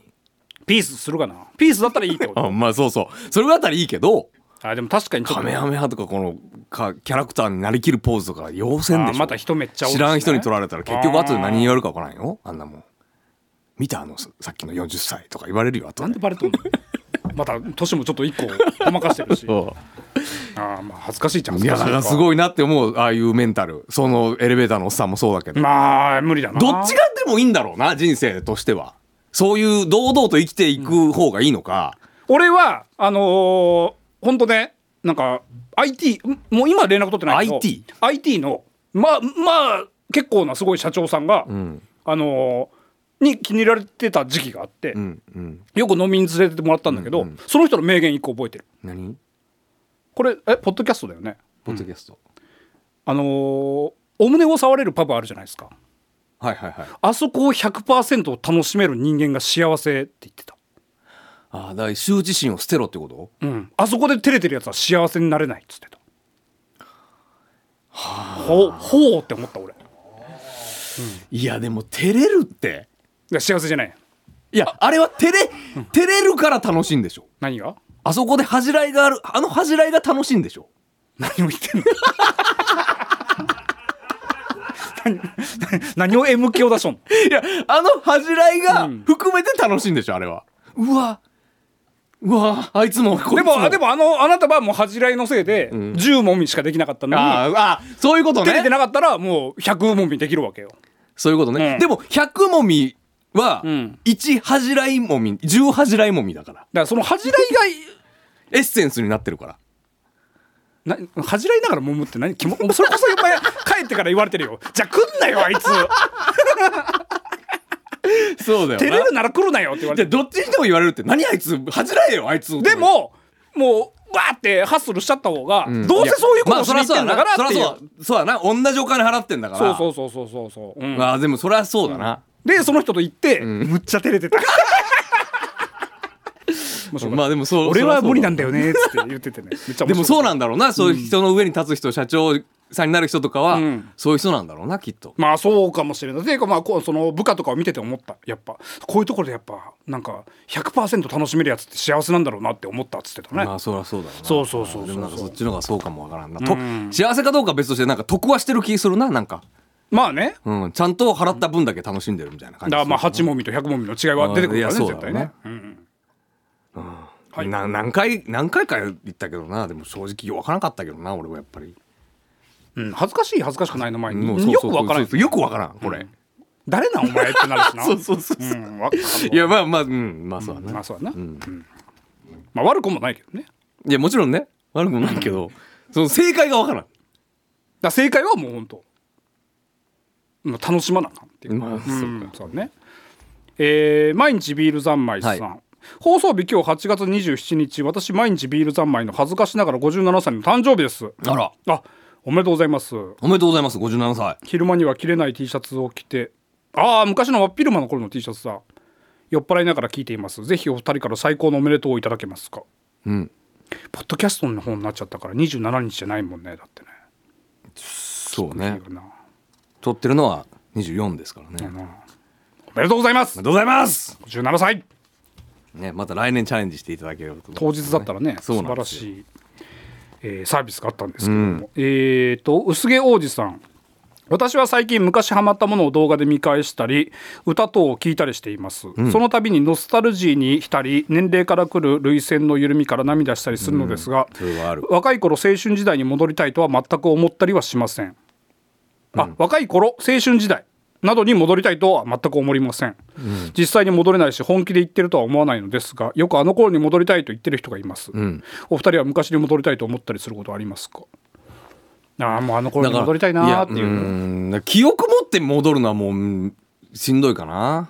[SPEAKER 3] ピースするかなピースだったらいいってこと
[SPEAKER 4] あまあそうそうそれだったらいいけど
[SPEAKER 3] あでも確かにちょっ
[SPEAKER 4] カ
[SPEAKER 3] と
[SPEAKER 4] メハメハとかこのかキャラクターになりきるポーズとか要せんで
[SPEAKER 3] あ
[SPEAKER 4] し
[SPEAKER 3] ー
[SPEAKER 4] ょ
[SPEAKER 3] また人めっちゃ多いしね
[SPEAKER 4] 知らん人に取られたら結局後で何言われるか分からんよあんなもん見たあのささっきの40歳とか言われるよ後
[SPEAKER 3] なん
[SPEAKER 4] で
[SPEAKER 3] でバレとんの また年もちょっと一個ごまかしてるしあ
[SPEAKER 4] そ
[SPEAKER 3] ーまあ恥ずかしいっちゃ
[SPEAKER 4] う
[SPEAKER 3] 恥ず
[SPEAKER 4] いや
[SPEAKER 3] かしい
[SPEAKER 4] だ
[SPEAKER 3] か
[SPEAKER 4] からすごいなって思うああいうメンタルそのエレベーターのおっさんもそうだけど、
[SPEAKER 3] まあ無理だな
[SPEAKER 4] どっちがでもいいんだろうな人生としてはそういう堂々と生きていく方がいいのか、
[SPEAKER 3] 俺はあのー、ほんとねなんか IT んもう今連絡取ってないけど
[SPEAKER 4] IT
[SPEAKER 3] IT のまあまあ結構なすごい社長さんが、あのーに気に入られてた時期があって、
[SPEAKER 4] うんうん、
[SPEAKER 3] よく飲みに連れてってもらったんだけど、その人の名言一個覚えてる
[SPEAKER 4] 何
[SPEAKER 3] これえポッドキャストだよね
[SPEAKER 4] ポッドキャスト、
[SPEAKER 3] あのーお胸を触れるパブあるじゃないですか
[SPEAKER 4] はいはいはい
[SPEAKER 3] あそこを100%を楽しめる人間が幸せって言ってた、
[SPEAKER 4] ああだから羞恥心を捨てろってこと
[SPEAKER 3] うん、あそこで照れてるやつは幸せになれないっつってたほうほうって思った俺い
[SPEAKER 4] いやでも照れるって
[SPEAKER 3] や幸せじゃない
[SPEAKER 4] いやあれは照れ照れるから楽しいんでしょ
[SPEAKER 3] 何が
[SPEAKER 4] あそこで恥じらいがあるあの恥じらいが楽しいんでしょ
[SPEAKER 3] 何を言ってんの 何何を M 響出 しょんの
[SPEAKER 4] いやあの恥じらいが含めて楽しいんでしょあれはうわうわあいつもこ
[SPEAKER 3] で
[SPEAKER 4] いつも
[SPEAKER 3] もあでもあのあなたはもう恥じらいのせいで10問みしかできなかったのに、
[SPEAKER 4] あーあーそういうこと
[SPEAKER 3] 照れて
[SPEAKER 4] ね
[SPEAKER 3] なかったらもう100問みできるわけよ
[SPEAKER 4] そういうことね、
[SPEAKER 3] うん
[SPEAKER 4] でも100もみは
[SPEAKER 3] ん
[SPEAKER 4] 1恥じらいもみ10恥じらいもみだから
[SPEAKER 3] だからその恥じらい
[SPEAKER 4] エッセンスになってるから
[SPEAKER 3] がな恥じらい ながら揉むって何気もそれこそやっぱり帰ってから言われてるよじゃあ来んな よあいつ
[SPEAKER 4] そうだよ
[SPEAKER 3] 照れるなら来るなよって言われ
[SPEAKER 4] で
[SPEAKER 3] て
[SPEAKER 4] どっちにでも言われるって何あいつ恥じらえよあいつを
[SPEAKER 3] でももうわーってハッスルしちゃった方が、どうせそういうことをしに行ってんだからっていう、
[SPEAKER 4] まあそりゃそうだなそりゃそうだそうだな同じお金払ってんだから
[SPEAKER 3] そうそうそうそうそうそう、うん
[SPEAKER 4] まあでもそれはそうだな、
[SPEAKER 3] でその人と行って、むっちゃ照れ てたもうしょうがない
[SPEAKER 4] まあでもそう
[SPEAKER 3] 俺は無理なん
[SPEAKER 4] だ
[SPEAKER 3] だよねっつって言っててねめっちゃ面白い
[SPEAKER 4] でもそうなんだろうなそういう人の上に立つ人社長さんになる人とかは、
[SPEAKER 3] うん
[SPEAKER 4] そういう人なんだろうなきっと。
[SPEAKER 3] まあそうかもしれない。ていうかまあこうその部下とかを見てて思った。やっぱこういうところでやっぱなんか100%楽しめるやつって幸せなんだろうなって思ったっつってたね。
[SPEAKER 4] まあそりゃそうだろな
[SPEAKER 3] そうそうそうそう
[SPEAKER 4] でもなんかそっちの方がそうかもわからんな、と幸せかどうかは別としてなんか得はしてる気するななんか、
[SPEAKER 3] まあね。
[SPEAKER 4] うん、ちゃんと払った分だけ楽しんでるみたいな
[SPEAKER 3] だ
[SPEAKER 4] 感じ
[SPEAKER 3] からまあ
[SPEAKER 4] する
[SPEAKER 3] 8もみと100もみの違いは出てくるから
[SPEAKER 4] あ
[SPEAKER 3] ね
[SPEAKER 4] いやそう
[SPEAKER 3] 絶
[SPEAKER 4] だ
[SPEAKER 3] 対
[SPEAKER 4] ろうね
[SPEAKER 3] ね。うんはい
[SPEAKER 4] な何回何回か言ったけどなでも正直よくわからなかったけどな俺はやっぱり
[SPEAKER 3] うん恥ずかしい恥ずかしくないの前に
[SPEAKER 4] もうそう
[SPEAKER 3] よ
[SPEAKER 4] そうそ
[SPEAKER 3] く
[SPEAKER 4] う
[SPEAKER 3] わからん
[SPEAKER 4] よくわからんこれ、
[SPEAKER 3] 誰なんお前ってなるしな。
[SPEAKER 4] そうそうそうそう
[SPEAKER 3] うんわかんない
[SPEAKER 4] いやまあまあうんまあそうだな、
[SPEAKER 3] まあそうだな。うんまあ悪くもないけどね。
[SPEAKER 4] いやもちろんね悪くもないけどその正解がわからん
[SPEAKER 3] だから正解はもう本当、まあ、楽しまなあかんっていう,、
[SPEAKER 4] まあそうか
[SPEAKER 3] んそうねえー毎日ビール三昧さん、
[SPEAKER 4] は
[SPEAKER 3] 放送日今日8月27日私毎日ビール三昧の恥ずかしながら57歳の誕生日です
[SPEAKER 4] あら
[SPEAKER 3] あおめでとうございます
[SPEAKER 4] おめでとうございます57歳
[SPEAKER 3] 昼間には着れない T シャツを着てああ昔の真っ昼間の頃の T シャツだ酔っ払いながら聞いていますぜひお二人から最高のおめでとうをいただけますか
[SPEAKER 4] うん
[SPEAKER 3] ポッドキャストの方になっちゃったから27日じゃないもんねだってね
[SPEAKER 4] そうね
[SPEAKER 3] いいよな
[SPEAKER 4] 撮ってるのは24ですからね、おめで
[SPEAKER 3] おめでとうございます
[SPEAKER 4] とうございます
[SPEAKER 3] 17歳
[SPEAKER 4] ねまた来年チャレンジしていただければと
[SPEAKER 3] 当日だったらね
[SPEAKER 4] そう
[SPEAKER 3] 素
[SPEAKER 4] な
[SPEAKER 3] 晴
[SPEAKER 4] んで
[SPEAKER 3] ら
[SPEAKER 4] すよ
[SPEAKER 3] しい、えーサービスがあったんですけども、えっ、と薄毛王子さん私は最近昔ハマったものを動画で見返したり歌等を聞いたりしています、その度にノスタルジーに浸り年齢からくる涙腺の緩みから涙したりするのですが、
[SPEAKER 4] それはある
[SPEAKER 3] 若い頃青春時代に戻りたいとは全く思ったりはしませんあ、若い頃青春時代などに戻りたいとは全く思いません、実際に戻れないし本気で言ってるとは思わないのですがよくあの頃に戻りたいと言ってる人がいます、
[SPEAKER 4] ん
[SPEAKER 3] お二人は昔に戻りたいと思ったりすることはありますかああもうあの頃に戻りたいなーっていう
[SPEAKER 4] やーんだから記憶持って戻るのはもううんしんどいかな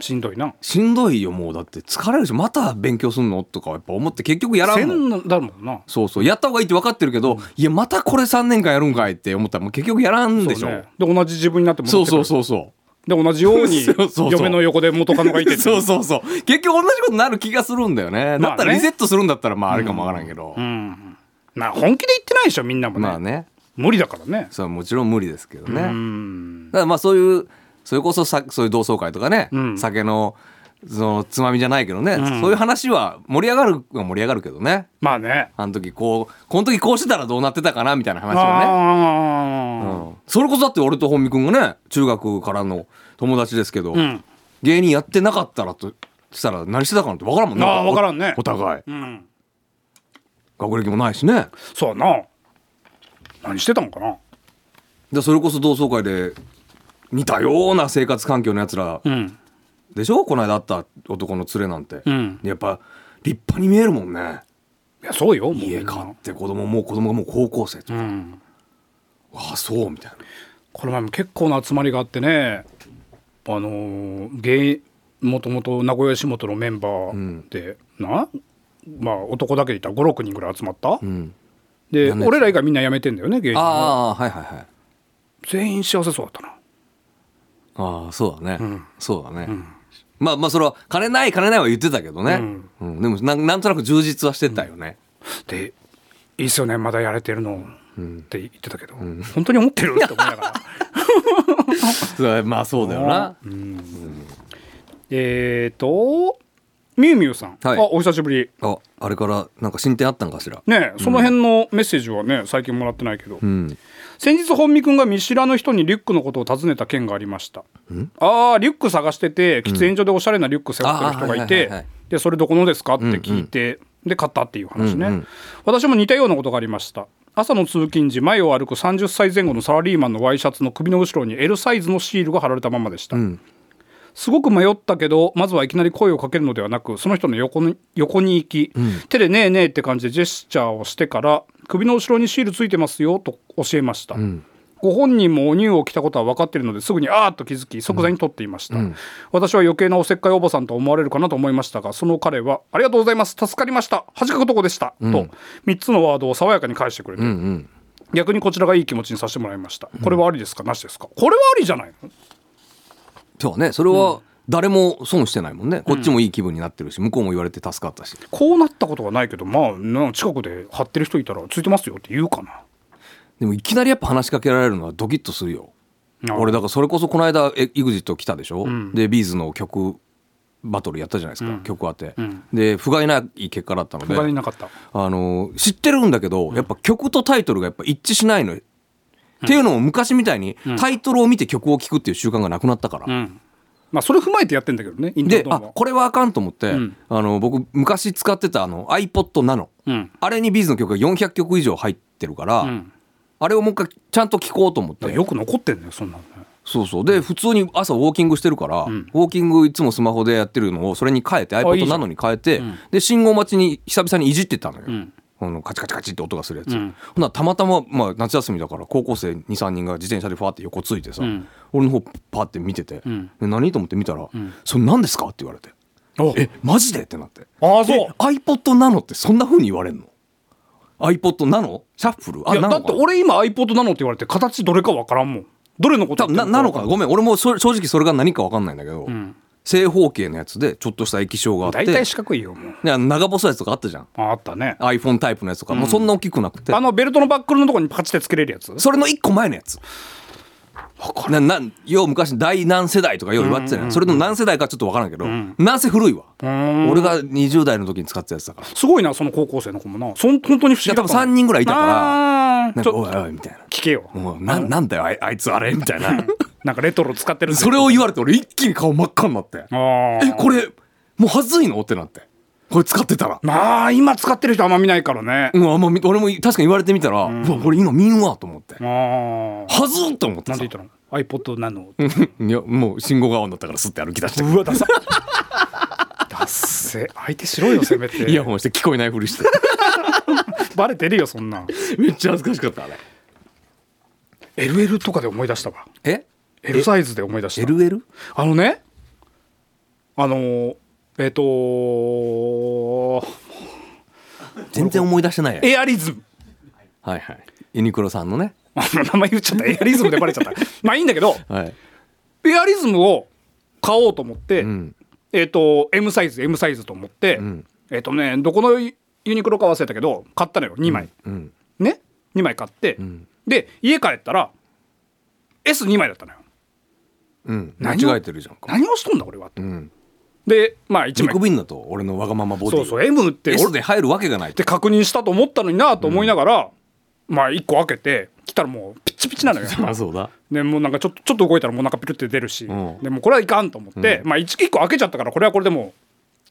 [SPEAKER 3] しんどいな
[SPEAKER 4] しんどいよもうだって疲れるしまた勉強すんのとかやっぱ思って結局やら
[SPEAKER 3] せ
[SPEAKER 4] んもん
[SPEAKER 3] んだもんな
[SPEAKER 4] そうそうやった方がいいって分かってるけど、いやまたこれ3年間やるんかいって思ったらもう結局やらんでし
[SPEAKER 3] そ
[SPEAKER 4] ょ
[SPEAKER 3] うねで同じ自分になって戻っ
[SPEAKER 4] そう
[SPEAKER 3] てく
[SPEAKER 4] そう
[SPEAKER 3] る
[SPEAKER 4] そうそう
[SPEAKER 3] で同じように
[SPEAKER 4] そうそうそう
[SPEAKER 3] 嫁の横で元カノがいて
[SPEAKER 4] そうそうそう結局同じことになる気がするんだよねだった
[SPEAKER 3] まあね
[SPEAKER 4] らリセットするんだったらまああれかもわからんけど、
[SPEAKER 3] うんまあ本気で言ってないでしょみんなもね,、
[SPEAKER 4] まあね
[SPEAKER 3] 無理だからね
[SPEAKER 4] それはもちろん無理ですけどね、
[SPEAKER 3] うん
[SPEAKER 4] だからまあそういうそれこそさそういう同窓会とかね、
[SPEAKER 3] ん
[SPEAKER 4] 酒のそのつまみじゃないけどね、そういう話は盛り上がるは盛り上がるけどね
[SPEAKER 3] まあね
[SPEAKER 4] あの時こうこの時こうしてたらどうなってたかなみたいな話をね、う
[SPEAKER 3] あ
[SPEAKER 4] んそれこそだって俺と本見君がね中学からの友達ですけど、
[SPEAKER 3] ーうん
[SPEAKER 4] 芸人やってなかったらとしたら何してたかなんて分からんもんね
[SPEAKER 3] あー
[SPEAKER 4] お
[SPEAKER 3] 分からんね
[SPEAKER 4] お互い
[SPEAKER 3] うん
[SPEAKER 4] 学歴もないしね
[SPEAKER 3] そうやな何してたのかな
[SPEAKER 4] でそれこそ同窓会で似たような生活環境のやつら
[SPEAKER 3] うん
[SPEAKER 4] でしょこの間会った男の連れなんて、
[SPEAKER 3] うん
[SPEAKER 4] やっぱ立派に見えるもんね
[SPEAKER 3] いやそうよもう
[SPEAKER 4] 家買って子供もう子供がもう高校生とか、
[SPEAKER 3] うん
[SPEAKER 4] ああそうみたい
[SPEAKER 3] この前も結構な集まりがあってねあのー芸もともと名古屋吉本のメンバーで、なまあ男だけでいたら56人ぐらい集まった、
[SPEAKER 4] な、うん、
[SPEAKER 3] で
[SPEAKER 4] 何のやつ
[SPEAKER 3] 俺ら以外みんな辞めてんだよね芸人は
[SPEAKER 4] ああはいはいはい
[SPEAKER 3] 全員幸せそうだったな
[SPEAKER 4] ああそうだね、
[SPEAKER 3] ん
[SPEAKER 4] そうだね、まあまあそれは金ない金ないは言ってたけどね、うんでもなんなんとなく充実はしてたよね、
[SPEAKER 3] でいいっすよねまだやれてるの、って言ってたけど、本当に思ってるって思いなが ら
[SPEAKER 4] そうまあそうだよな、
[SPEAKER 3] えっとみゆみゆさん、
[SPEAKER 4] はい
[SPEAKER 3] あお久しぶり
[SPEAKER 4] ああれからなんか進展あったんかしら
[SPEAKER 3] ねその辺のメッセージはね最近もらってないけど、
[SPEAKER 4] うん
[SPEAKER 3] 先日本見くんが見知らぬ人にリュックのことを尋ねた件がありましたあーリュック探してて喫煙所でおしゃれなリュック背負ってる人がい
[SPEAKER 4] あーはいはいはいは
[SPEAKER 3] て
[SPEAKER 4] い
[SPEAKER 3] でそれどこのですかって聞いて、で買ったっていう話ね、
[SPEAKER 4] うんうん
[SPEAKER 3] 私も似たようなことがありました朝の通勤時前を歩く30歳前後のサラリーマンのワイシャツの首の後ろに L サイズのシールが貼られたままでした、
[SPEAKER 4] ん
[SPEAKER 3] すごく迷ったけどまずはいきなり声をかけるのではなくその人の横に横に行き、手で「ねえねえ」って感じでジェスチャーをしてから首の後ろにシールついてますよと教えました、ご本人もお乳を着たことは分かっているのですぐにあーっと気づき即座に取っていました、私は余計なおせっかいおばさんと思われるかなと思いましたがその彼は「ありがとうございます助かりました恥かくとこでした」と3つのワードを爽やかに返してくれて、逆にこちらがいい気持ちにさせてもらいましたこれはありですかなしですかこれはありじゃないの
[SPEAKER 4] そうねそれは誰も損してないもんね、こっちもいい気分になってるし向こうも言われて助かったし
[SPEAKER 3] こうなったことがないけどまあな近くで貼ってる人いたらついてますよって言うかな
[SPEAKER 4] でもいきなりやっぱ話しかけられるのはドキッとするよ
[SPEAKER 3] あ
[SPEAKER 4] 俺だからそれこそこの間え EXIT 来たでしょ、でビーズの曲バトルやったじゃないですか、曲当て、
[SPEAKER 3] ん
[SPEAKER 4] で不甲斐ない結果だったので
[SPEAKER 3] 他になかった
[SPEAKER 4] あの知ってるんだけど、やっぱ曲とタイトルがやっぱ一致しないのよ、っていうのも昔みたいにタイトルを見て曲を聴くっていう習慣がなくなったから、
[SPEAKER 3] うんまあそれ踏まえてやってんだけどねイントロ
[SPEAKER 4] で
[SPEAKER 3] ドン
[SPEAKER 4] あ
[SPEAKER 3] は
[SPEAKER 4] これはあかんと思って、
[SPEAKER 3] ん
[SPEAKER 4] あの僕昔使ってたあの iPod ナノ、
[SPEAKER 3] うん
[SPEAKER 4] あれにビーズの曲が400曲以上入ってるから、
[SPEAKER 3] ん
[SPEAKER 4] あれをもう一回ちゃんと聴こうと思っ
[SPEAKER 3] だから
[SPEAKER 4] て
[SPEAKER 3] よく残ってんだよそんなのね
[SPEAKER 4] そうそうで普通に朝ウォーキングしてるから、ウォーキングいつもスマホでやってるのをそれに変えて
[SPEAKER 3] いい
[SPEAKER 4] iPod
[SPEAKER 3] じゃ
[SPEAKER 4] なんのに変えて、で信号待ちに久々にいじってたのよ、
[SPEAKER 3] ん
[SPEAKER 4] このカチカチカチって音がするやつ、
[SPEAKER 3] ん
[SPEAKER 4] ほなたまたま、まあ、夏休みだから高校生23人が自転車でファーって横ついてさ、
[SPEAKER 3] ん
[SPEAKER 4] 俺の方パーって見てて「
[SPEAKER 3] ん
[SPEAKER 4] で何?」と思って見たら「それ何ですか?」って言われて
[SPEAKER 3] お
[SPEAKER 4] 「えマジで?」ってなって
[SPEAKER 3] ああ
[SPEAKER 4] え
[SPEAKER 3] そう
[SPEAKER 4] iPod なのってそんな風に言われんの iPod なのシャッフルあ
[SPEAKER 3] いや
[SPEAKER 4] な
[SPEAKER 3] だ
[SPEAKER 4] の
[SPEAKER 3] っ
[SPEAKER 4] か
[SPEAKER 3] て
[SPEAKER 4] な
[SPEAKER 3] 俺今 iPod なのって言われて形どれかわからんもんどれのこと
[SPEAKER 4] 多分ななのかなごめん俺もそ正直それが何か分かんないんだけど、正方形のやつでちょっとした液晶があっ
[SPEAKER 3] 大
[SPEAKER 4] て
[SPEAKER 3] 体四角いよもう
[SPEAKER 4] ねあの長細いやつとかあったじゃん
[SPEAKER 3] ああったね
[SPEAKER 4] iPhone タイプのやつとか、もうそんな大きくなくて
[SPEAKER 3] あのベルトのバックルのとこにパチってつけれるやつ
[SPEAKER 4] それの一個前のやつななんよう昔第何世代とかよう言われてたじゃんそれの何世代かちょっと分からんけど、なんせ古いわ、俺が20代の時に使ってたやつだから
[SPEAKER 3] すごいなその高校生の子もなそん本当に不思議
[SPEAKER 4] いや多分3人ぐらいいたから
[SPEAKER 3] ら
[SPEAKER 4] なん
[SPEAKER 3] ち
[SPEAKER 4] か
[SPEAKER 3] ょ
[SPEAKER 4] お
[SPEAKER 3] っ
[SPEAKER 4] い
[SPEAKER 3] と
[SPEAKER 4] おいみたいな
[SPEAKER 3] 聞けよ
[SPEAKER 4] もうななんだよあいあいつあれみたい な
[SPEAKER 3] なんかレトロ使ってる
[SPEAKER 4] それを言われて俺一気に顔真っ赤になって
[SPEAKER 3] あ
[SPEAKER 4] えこれもうはずいのってなってこれ使ってたら、
[SPEAKER 3] まあ今使ってる人あんま見ないからね
[SPEAKER 4] うん、あんまみ俺も確かに言われてみたら、うわこれ今見んわと思って、
[SPEAKER 3] ああ
[SPEAKER 4] はずっと思って
[SPEAKER 3] なん
[SPEAKER 4] さ
[SPEAKER 3] て言ったの iPod なの
[SPEAKER 4] いやもう信号が青になったからすって歩き出して
[SPEAKER 3] うわダサダッ セ相手しろよせめて
[SPEAKER 4] イヤホンして聞こえないふりして
[SPEAKER 3] バレてるよそんなん
[SPEAKER 4] めっちゃ恥ずかしかったあれ
[SPEAKER 3] LL とかで思い出したわ
[SPEAKER 4] え
[SPEAKER 3] L サイズで思い出した
[SPEAKER 4] LL?
[SPEAKER 3] あのねあのーえっ、と
[SPEAKER 4] 全然思い出してないや
[SPEAKER 3] エアリズ ム
[SPEAKER 4] はいはいユニクロさんのね
[SPEAKER 3] 名前言っちゃったエアリズムでバレちゃったまあいいんだけど
[SPEAKER 4] はい
[SPEAKER 3] エアリズムを買おうと思って、
[SPEAKER 4] ん
[SPEAKER 3] えっ、と M サイズ M サイズと思って、
[SPEAKER 4] ん
[SPEAKER 3] えっ、とねどこのユニクロか忘れたけど買ったのよ2枚、
[SPEAKER 4] うん
[SPEAKER 3] ね2枚買って、
[SPEAKER 4] ん
[SPEAKER 3] で家帰ったら S2 枚だったのよ
[SPEAKER 4] うん間
[SPEAKER 3] 何を
[SPEAKER 4] 違えてるじゃんか
[SPEAKER 3] 何をしとんだ俺はって
[SPEAKER 4] うん
[SPEAKER 3] でまあ1
[SPEAKER 4] ビッグ
[SPEAKER 3] 枚
[SPEAKER 4] ビンだと俺のわがままボディ
[SPEAKER 3] そうそう M って
[SPEAKER 4] S
[SPEAKER 3] S
[SPEAKER 4] で入るわけがない
[SPEAKER 3] って確認したと思ったのになと思いながら、まあ1個開けて来たらもうピッチピチなのよ
[SPEAKER 4] まあそうだ
[SPEAKER 3] でもうなんかちょっとちょっと動いたらもうなんかピルって出るし、
[SPEAKER 4] ん
[SPEAKER 3] でもうこれはいかんと思って、まあ 1, 一個開けちゃったからこれはこれでも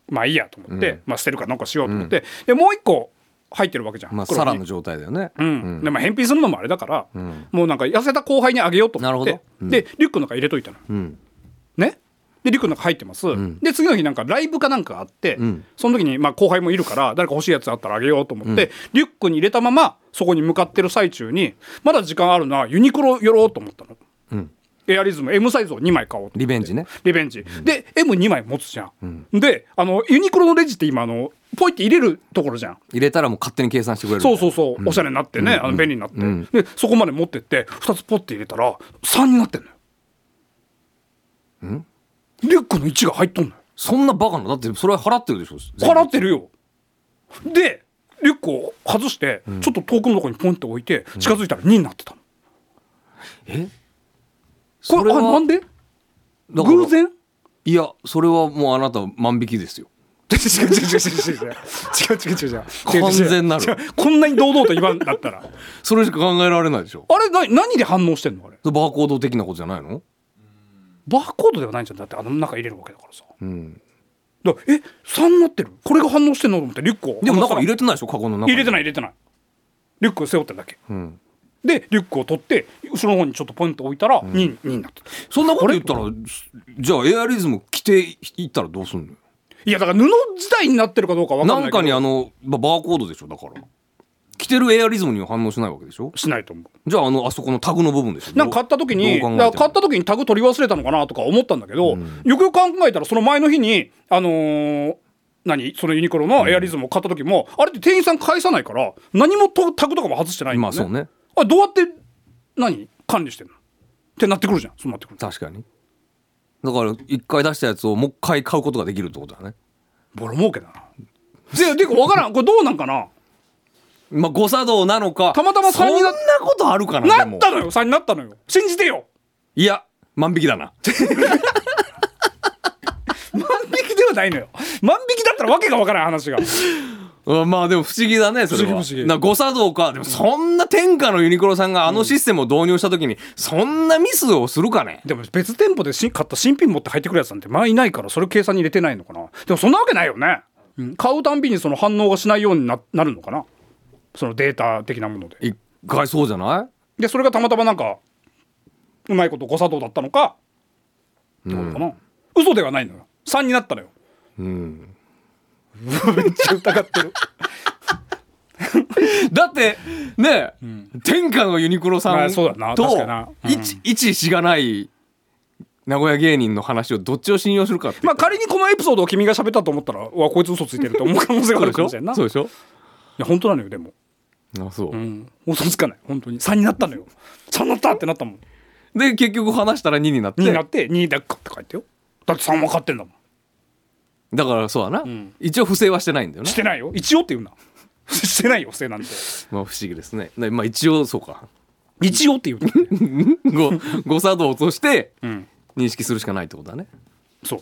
[SPEAKER 3] うまあいいやと思って、
[SPEAKER 4] うん
[SPEAKER 3] まあ、捨てるかなんかしようと思って、でもう1個入ってるわけじゃん、
[SPEAKER 4] まあ
[SPEAKER 3] 袋
[SPEAKER 4] サ
[SPEAKER 3] に
[SPEAKER 4] ラの状態だよね
[SPEAKER 3] うんでまあ返品するのもあれだから、もうなんか痩せた後輩にあげようと思って
[SPEAKER 4] なるほどうん
[SPEAKER 3] でリュックの中入れといたの、
[SPEAKER 4] うん
[SPEAKER 3] ねでリュックの中入ってます、
[SPEAKER 4] ん
[SPEAKER 3] で次の日なんかライブかなんかあって、
[SPEAKER 4] ん
[SPEAKER 3] その時にまあ後輩もいるから誰か欲しいやつあったらあげようと思って、リュックに入れたままそこに向かってる最中にまだ時間あるなユニクロ寄ろうと思ったの、
[SPEAKER 4] うん
[SPEAKER 3] エアリズム M サイズを2枚買おうと思って
[SPEAKER 4] リベンジね
[SPEAKER 3] リベンジ、で M2 枚持つじゃん、であのユニクロのレジって今あのポイって入れるところじゃん
[SPEAKER 4] 入れたらもう勝手に計算してくれるみたい
[SPEAKER 3] そう
[SPEAKER 4] な
[SPEAKER 3] そうそう、おしゃれになってね、あの便利になって、でそこまで持ってって2つポッて入れたら3になってんのよ、リュックの1が入っとんのよ
[SPEAKER 4] そんなバカなだってそれは払ってるでしょ
[SPEAKER 3] 払ってるよでリュックを外して、ちょっと遠くのとこにポンって置いて近づいたら2になってたの、
[SPEAKER 4] え
[SPEAKER 3] これあなんで
[SPEAKER 4] だから
[SPEAKER 3] 偶然
[SPEAKER 4] いやそれはもうあなた万引きですよ
[SPEAKER 3] 違う違う違う違う違う違う違う違う違う
[SPEAKER 4] 完全なる
[SPEAKER 3] 違うこんなに堂々と言わんだったら
[SPEAKER 4] それしか考えられないでしょ
[SPEAKER 3] あれな何で反応してんのあれ
[SPEAKER 4] バーコード的なことじゃないの
[SPEAKER 3] バーコードではないんじゃんだってあの中入れるわけだからさ
[SPEAKER 4] うん
[SPEAKER 3] だからえ3になってるこれが反応してんのと思ってリュックを
[SPEAKER 4] でも中入
[SPEAKER 3] 入れ
[SPEAKER 4] れてないでしょカゴの中に
[SPEAKER 3] 入れてない入れてないリュックを背負ってるだけ
[SPEAKER 4] うん
[SPEAKER 3] でリュックを取って後ろの方にちょっとポンと置いたら2になってた
[SPEAKER 4] そんなこと言ったらじゃあエアリズム着ていったらどうすんのよ
[SPEAKER 3] いやだから布自体になってるかどうかわかんない
[SPEAKER 4] なん
[SPEAKER 3] けど
[SPEAKER 4] かにあのばバーコードでしょだから着てるエアリズムには反応しないわけでしょ
[SPEAKER 3] しないと思う
[SPEAKER 4] じゃああのあそこのタグの部分でしょ
[SPEAKER 3] なんか買った時に
[SPEAKER 4] どう考えても
[SPEAKER 3] だから買った時にタグ取り忘れたのかなとか思ったんだけど、よくよく考えたらその前の日にあのー何そのユニクロのエアリズムを買った時も、あれって店員さん返さないから何もとタグとかも外してないんだ
[SPEAKER 4] ま
[SPEAKER 3] よ
[SPEAKER 4] あそうね
[SPEAKER 3] あどうやって何管理してんのってなってくるじゃんそうなってくると
[SPEAKER 4] 確かにだから一回出したやつをもう一回買うことができるってことだね
[SPEAKER 3] ボロ儲けだなでで分からんこれどうなんかな
[SPEAKER 4] まあ誤作動なのか
[SPEAKER 3] たまたま
[SPEAKER 4] そん
[SPEAKER 3] 三人
[SPEAKER 4] な
[SPEAKER 3] が
[SPEAKER 4] ことあるかな
[SPEAKER 3] な
[SPEAKER 4] でも
[SPEAKER 3] ったのよ3になったのよ信じてよ
[SPEAKER 4] いや万引きだな
[SPEAKER 3] 万引きではないのよ万引きだったらわけがわからん話が
[SPEAKER 4] うんまあでも不思議だねそれは
[SPEAKER 3] 不思議不思議
[SPEAKER 4] な誤作動かでもそんな天下のユニクロさんがあのシステムを導入した時に、そんなミスをするかね
[SPEAKER 3] でも別店舗でし買った新品持って入ってくるやつなんて前いないからそれを計算に入れてないのかなでもそんなわけないよね、うん買うたんびにその反応がしないようにななるのかなそのデータ的なもので
[SPEAKER 4] 一回そうじゃない
[SPEAKER 3] でそれがたまたまなんかうまいこと誤作動だったのかどうかな、嘘ではないのよ3になったのよ
[SPEAKER 4] うん
[SPEAKER 3] うわめっちゃ疑ってる
[SPEAKER 4] だってね、天下のユニクロさ
[SPEAKER 3] ま
[SPEAKER 4] ん
[SPEAKER 3] あそうだな
[SPEAKER 4] と
[SPEAKER 3] 確かになうん
[SPEAKER 4] 一一しがない名古屋芸人の話をどっちを信用するかって
[SPEAKER 3] まあ仮にこのエピソードを君が喋ったと思ったらうわこいつ嘘ついてるって思う可能性があ
[SPEAKER 4] そう
[SPEAKER 3] る
[SPEAKER 4] でし
[SPEAKER 3] かも
[SPEAKER 4] ょ
[SPEAKER 3] しれんな
[SPEAKER 4] そう
[SPEAKER 3] い
[SPEAKER 4] でしょ
[SPEAKER 3] や本当なのよでも、
[SPEAKER 4] あそう、
[SPEAKER 3] うん、嘘つかない本当に3になったのよ3になったってなったもん
[SPEAKER 4] で結局話したら2になって
[SPEAKER 3] になって2位だっかって書いてよだって3は買ってんだもん
[SPEAKER 4] だからそうだな、一応不正はしてないんだよね
[SPEAKER 3] してないよ一応って言うな してないよ不正なんて
[SPEAKER 4] まあ不思議ですねねまあ一応そうか
[SPEAKER 3] 一応って言う な
[SPEAKER 4] 誤誤作動として
[SPEAKER 3] ん
[SPEAKER 4] 認識するしかないってことだね
[SPEAKER 3] そ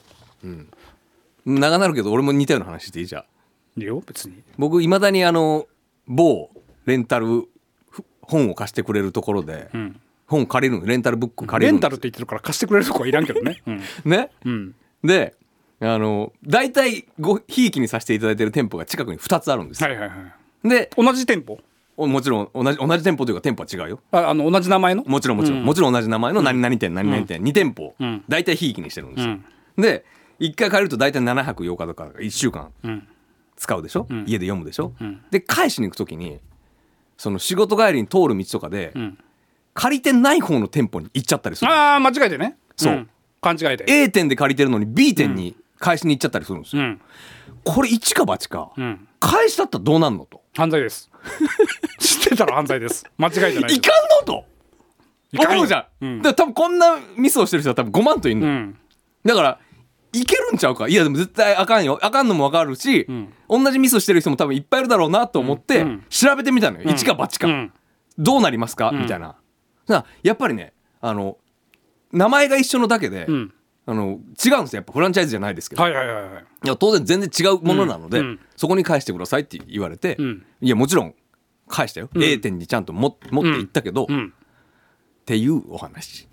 [SPEAKER 4] 長なるけど俺も似たような話していいじゃん
[SPEAKER 3] ういいよ別に
[SPEAKER 4] 僕いまだにあの某レンタルふ本を貸してくれるところで、
[SPEAKER 3] ん
[SPEAKER 4] 本借りるレンタルブック借
[SPEAKER 3] レ
[SPEAKER 4] りる
[SPEAKER 3] ン
[SPEAKER 4] んで
[SPEAKER 3] タ
[SPEAKER 4] す
[SPEAKER 3] ルって言ってるから貸してくれるとこはいらんけど ね、うん
[SPEAKER 4] ね、
[SPEAKER 3] ん
[SPEAKER 4] であの大体ごひいきにさせていただいてる店舗が近くに2つあるんですよ、
[SPEAKER 3] はいはいはい
[SPEAKER 4] で
[SPEAKER 3] 同じ店舗
[SPEAKER 4] おもちろん同じ同じ店舗というか店舗は違うよ
[SPEAKER 3] ああの同じ名前の
[SPEAKER 4] もちろんもちろん、もちろん同じ名前の何々店何々店、2店舗、
[SPEAKER 3] ん
[SPEAKER 4] 大体ひいきにしてるんですよ、
[SPEAKER 3] うん
[SPEAKER 4] で1回借りると大体7泊8日とか1週間
[SPEAKER 3] うん
[SPEAKER 4] 使うでしょ、家で読むでしょ、
[SPEAKER 3] ん
[SPEAKER 4] で返しに行く時にその仕事帰りに通る道とかで、
[SPEAKER 3] ん
[SPEAKER 4] 借りてない方の店舗に行っちゃったりする
[SPEAKER 3] ああ間違えてね
[SPEAKER 4] そうん
[SPEAKER 3] 勘違いで
[SPEAKER 4] A 店で借りてるのに B 店に返しに行っちゃったりするんです
[SPEAKER 3] う
[SPEAKER 4] よ、
[SPEAKER 3] ん
[SPEAKER 4] これ一か八か、
[SPEAKER 3] ん
[SPEAKER 4] 返したったらどうなんのと
[SPEAKER 3] 犯罪です 知ってたら犯罪です間違いじゃない
[SPEAKER 4] い
[SPEAKER 3] です
[SPEAKER 4] かんのと
[SPEAKER 3] かんよ
[SPEAKER 4] 思うじゃん、
[SPEAKER 3] うん
[SPEAKER 4] だから多分こんなミスをしてる人は多分5万といるの、
[SPEAKER 3] うん
[SPEAKER 4] だからいけるんちゃうかいやでも絶対あかんよあかんのもわかるし、同じミスしてる人も多分いっぱいいるだろうなと思って
[SPEAKER 3] うん
[SPEAKER 4] 調べてみたのよ、一か八か、
[SPEAKER 3] うん
[SPEAKER 4] どうなりますか、みたいなだからやっぱりねあの名前が一緒のだけで、
[SPEAKER 3] ん
[SPEAKER 4] あの違うんですよやっぱフランチャイズじゃないですけど、
[SPEAKER 3] はいはいはいはい
[SPEAKER 4] いや当然全然違うものなので、
[SPEAKER 3] うんうん
[SPEAKER 4] そこに返してくださいって言われて、
[SPEAKER 3] ん
[SPEAKER 4] いやもちろん返したよ、A 点にちゃんとも持っていったけど、
[SPEAKER 3] ん
[SPEAKER 4] っていうお話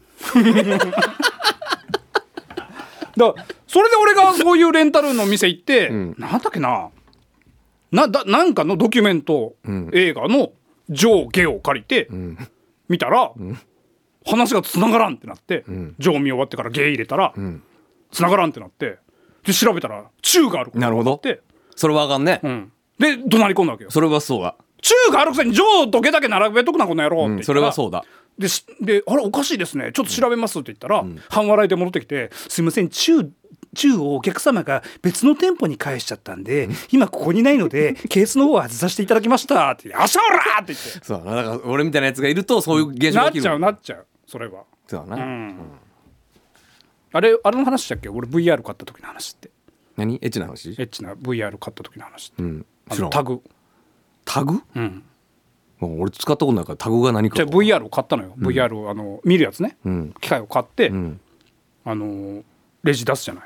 [SPEAKER 3] だからそれで俺がそういうレンタルの店行って、
[SPEAKER 4] ん
[SPEAKER 3] なんだっけななだなんかのドキュメント、映画の上下を借りて、見たら、話が繋がらんってなって、上見終わってから下入れたら、繋がらんってなってで調べたら中があること
[SPEAKER 4] なるほど
[SPEAKER 3] って、
[SPEAKER 4] それはあかんね、
[SPEAKER 3] うん、で怒鳴り込んだわけよ
[SPEAKER 4] それはそうだ、
[SPEAKER 3] 中があるくせに上と下だけ並べとくなこの野郎って言ったら、
[SPEAKER 4] それはそうだ
[SPEAKER 3] でしで「あれおかしいですねちょっと調べます」って言ったら、半笑いで戻ってきて「すいません中中をお客様が別の店舗に返しちゃったんで、今ここにないの でケースの方は外させていただきました」って「あしゃおら!」って言って
[SPEAKER 4] そうだなだから俺みたいなやつがいるとそういう現象
[SPEAKER 3] な
[SPEAKER 4] が
[SPEAKER 3] っ
[SPEAKER 4] 起きる
[SPEAKER 3] ちゃうなっちゃうそれは
[SPEAKER 4] そうだな、
[SPEAKER 3] あれあれの話だっけ俺 VR 買った時の話って
[SPEAKER 4] 何エッチな話
[SPEAKER 3] エッチな VR 買った時の話って、
[SPEAKER 4] うん
[SPEAKER 3] あ
[SPEAKER 4] 知ら
[SPEAKER 3] の
[SPEAKER 4] ん
[SPEAKER 3] タグ
[SPEAKER 4] タグ、
[SPEAKER 3] ん
[SPEAKER 4] もう俺使ったことないからタグが何か
[SPEAKER 3] じゃあ VR を買ったのよ、VR をあの見るやつね、
[SPEAKER 4] ん
[SPEAKER 3] 機械を買って、
[SPEAKER 4] ん
[SPEAKER 3] あのレジ出すじゃない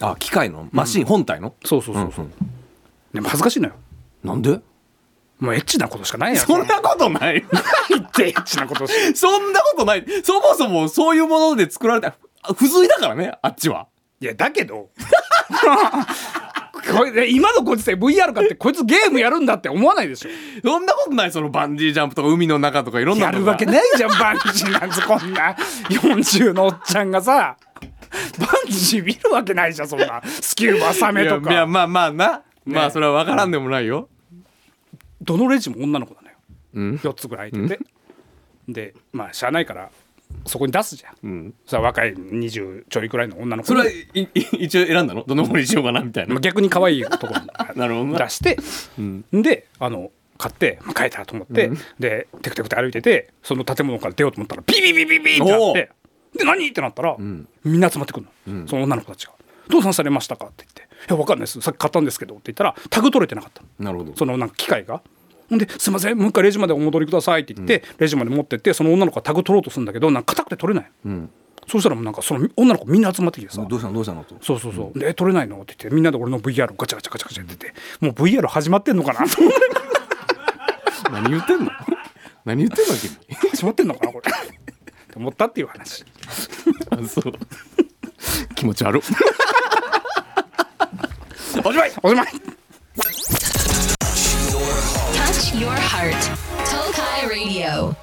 [SPEAKER 4] あ機械のマシン、本体の
[SPEAKER 3] そうそうそうそう、でも恥ずかしいのよ
[SPEAKER 4] なんで
[SPEAKER 3] もうエッチなことしかないやん
[SPEAKER 4] そんなことない
[SPEAKER 3] 言ってエッチなことし
[SPEAKER 4] そんなことないそもそもそういうもので作られたあ付随だからねあっちはい
[SPEAKER 3] やだけ どこれ今のご時世 VR かってこいつゲームやるんだって思わないでしょ
[SPEAKER 4] そんなことないそのバンジージャンプとか海の中とかいろんな
[SPEAKER 3] や
[SPEAKER 4] の
[SPEAKER 3] る
[SPEAKER 4] が
[SPEAKER 3] わけないじゃんバンジーなんてこんな40のおっちゃんがさバンジー見るわけないじゃんそんなスキューバサメと
[SPEAKER 4] いやいや
[SPEAKER 3] か
[SPEAKER 4] まあまあな、まあそれは分からんでもないよ、
[SPEAKER 3] どのレジも女の子なのよ、4つぐらい空いてて、でまあしゃあないからそこに出すじゃん、さあ若い20ちょいくらいの女の子
[SPEAKER 4] そ
[SPEAKER 3] に
[SPEAKER 4] れはいい 一応選んだのどの方にしようかなみたいな
[SPEAKER 3] まあ逆に可愛いところに
[SPEAKER 4] なるほどな
[SPEAKER 3] 出して、であの買ってまあ買えたと思って、でテクテクって歩いててその建物から出ようと思ったらピピピピピってなっ
[SPEAKER 4] お
[SPEAKER 3] てで何ってなったら、みんな集まってくるの、その女の子たちが「どうさんされましたか?」って言って「いやわかんないですさっき買ったんですけど」って言ったらタグ取れてなかったの
[SPEAKER 4] なるほど
[SPEAKER 3] そのなんか機械がほんで「すいませんもう一回レジまでお戻りください」って言って、レジまで持ってってその女の子がタグ取ろうとするんだけどなんか硬くて取れない、そうしたらもうなんかその女の子みんな集まってきてさ
[SPEAKER 4] どうしたのどうしたのと
[SPEAKER 3] そうそうそう、でえ撮れないのって言ってみんなで俺の VR をガチャガチャガチャガチャやっててもう VR 始まってんのかな と思って
[SPEAKER 4] 何言ってんの 何言ってんの君
[SPEAKER 3] 始まってんのかなこれって思ったっていう話
[SPEAKER 4] あ そう気持ち悪っ
[SPEAKER 3] おしまいおしまい
[SPEAKER 2] Touch your heart. Tokai Radio.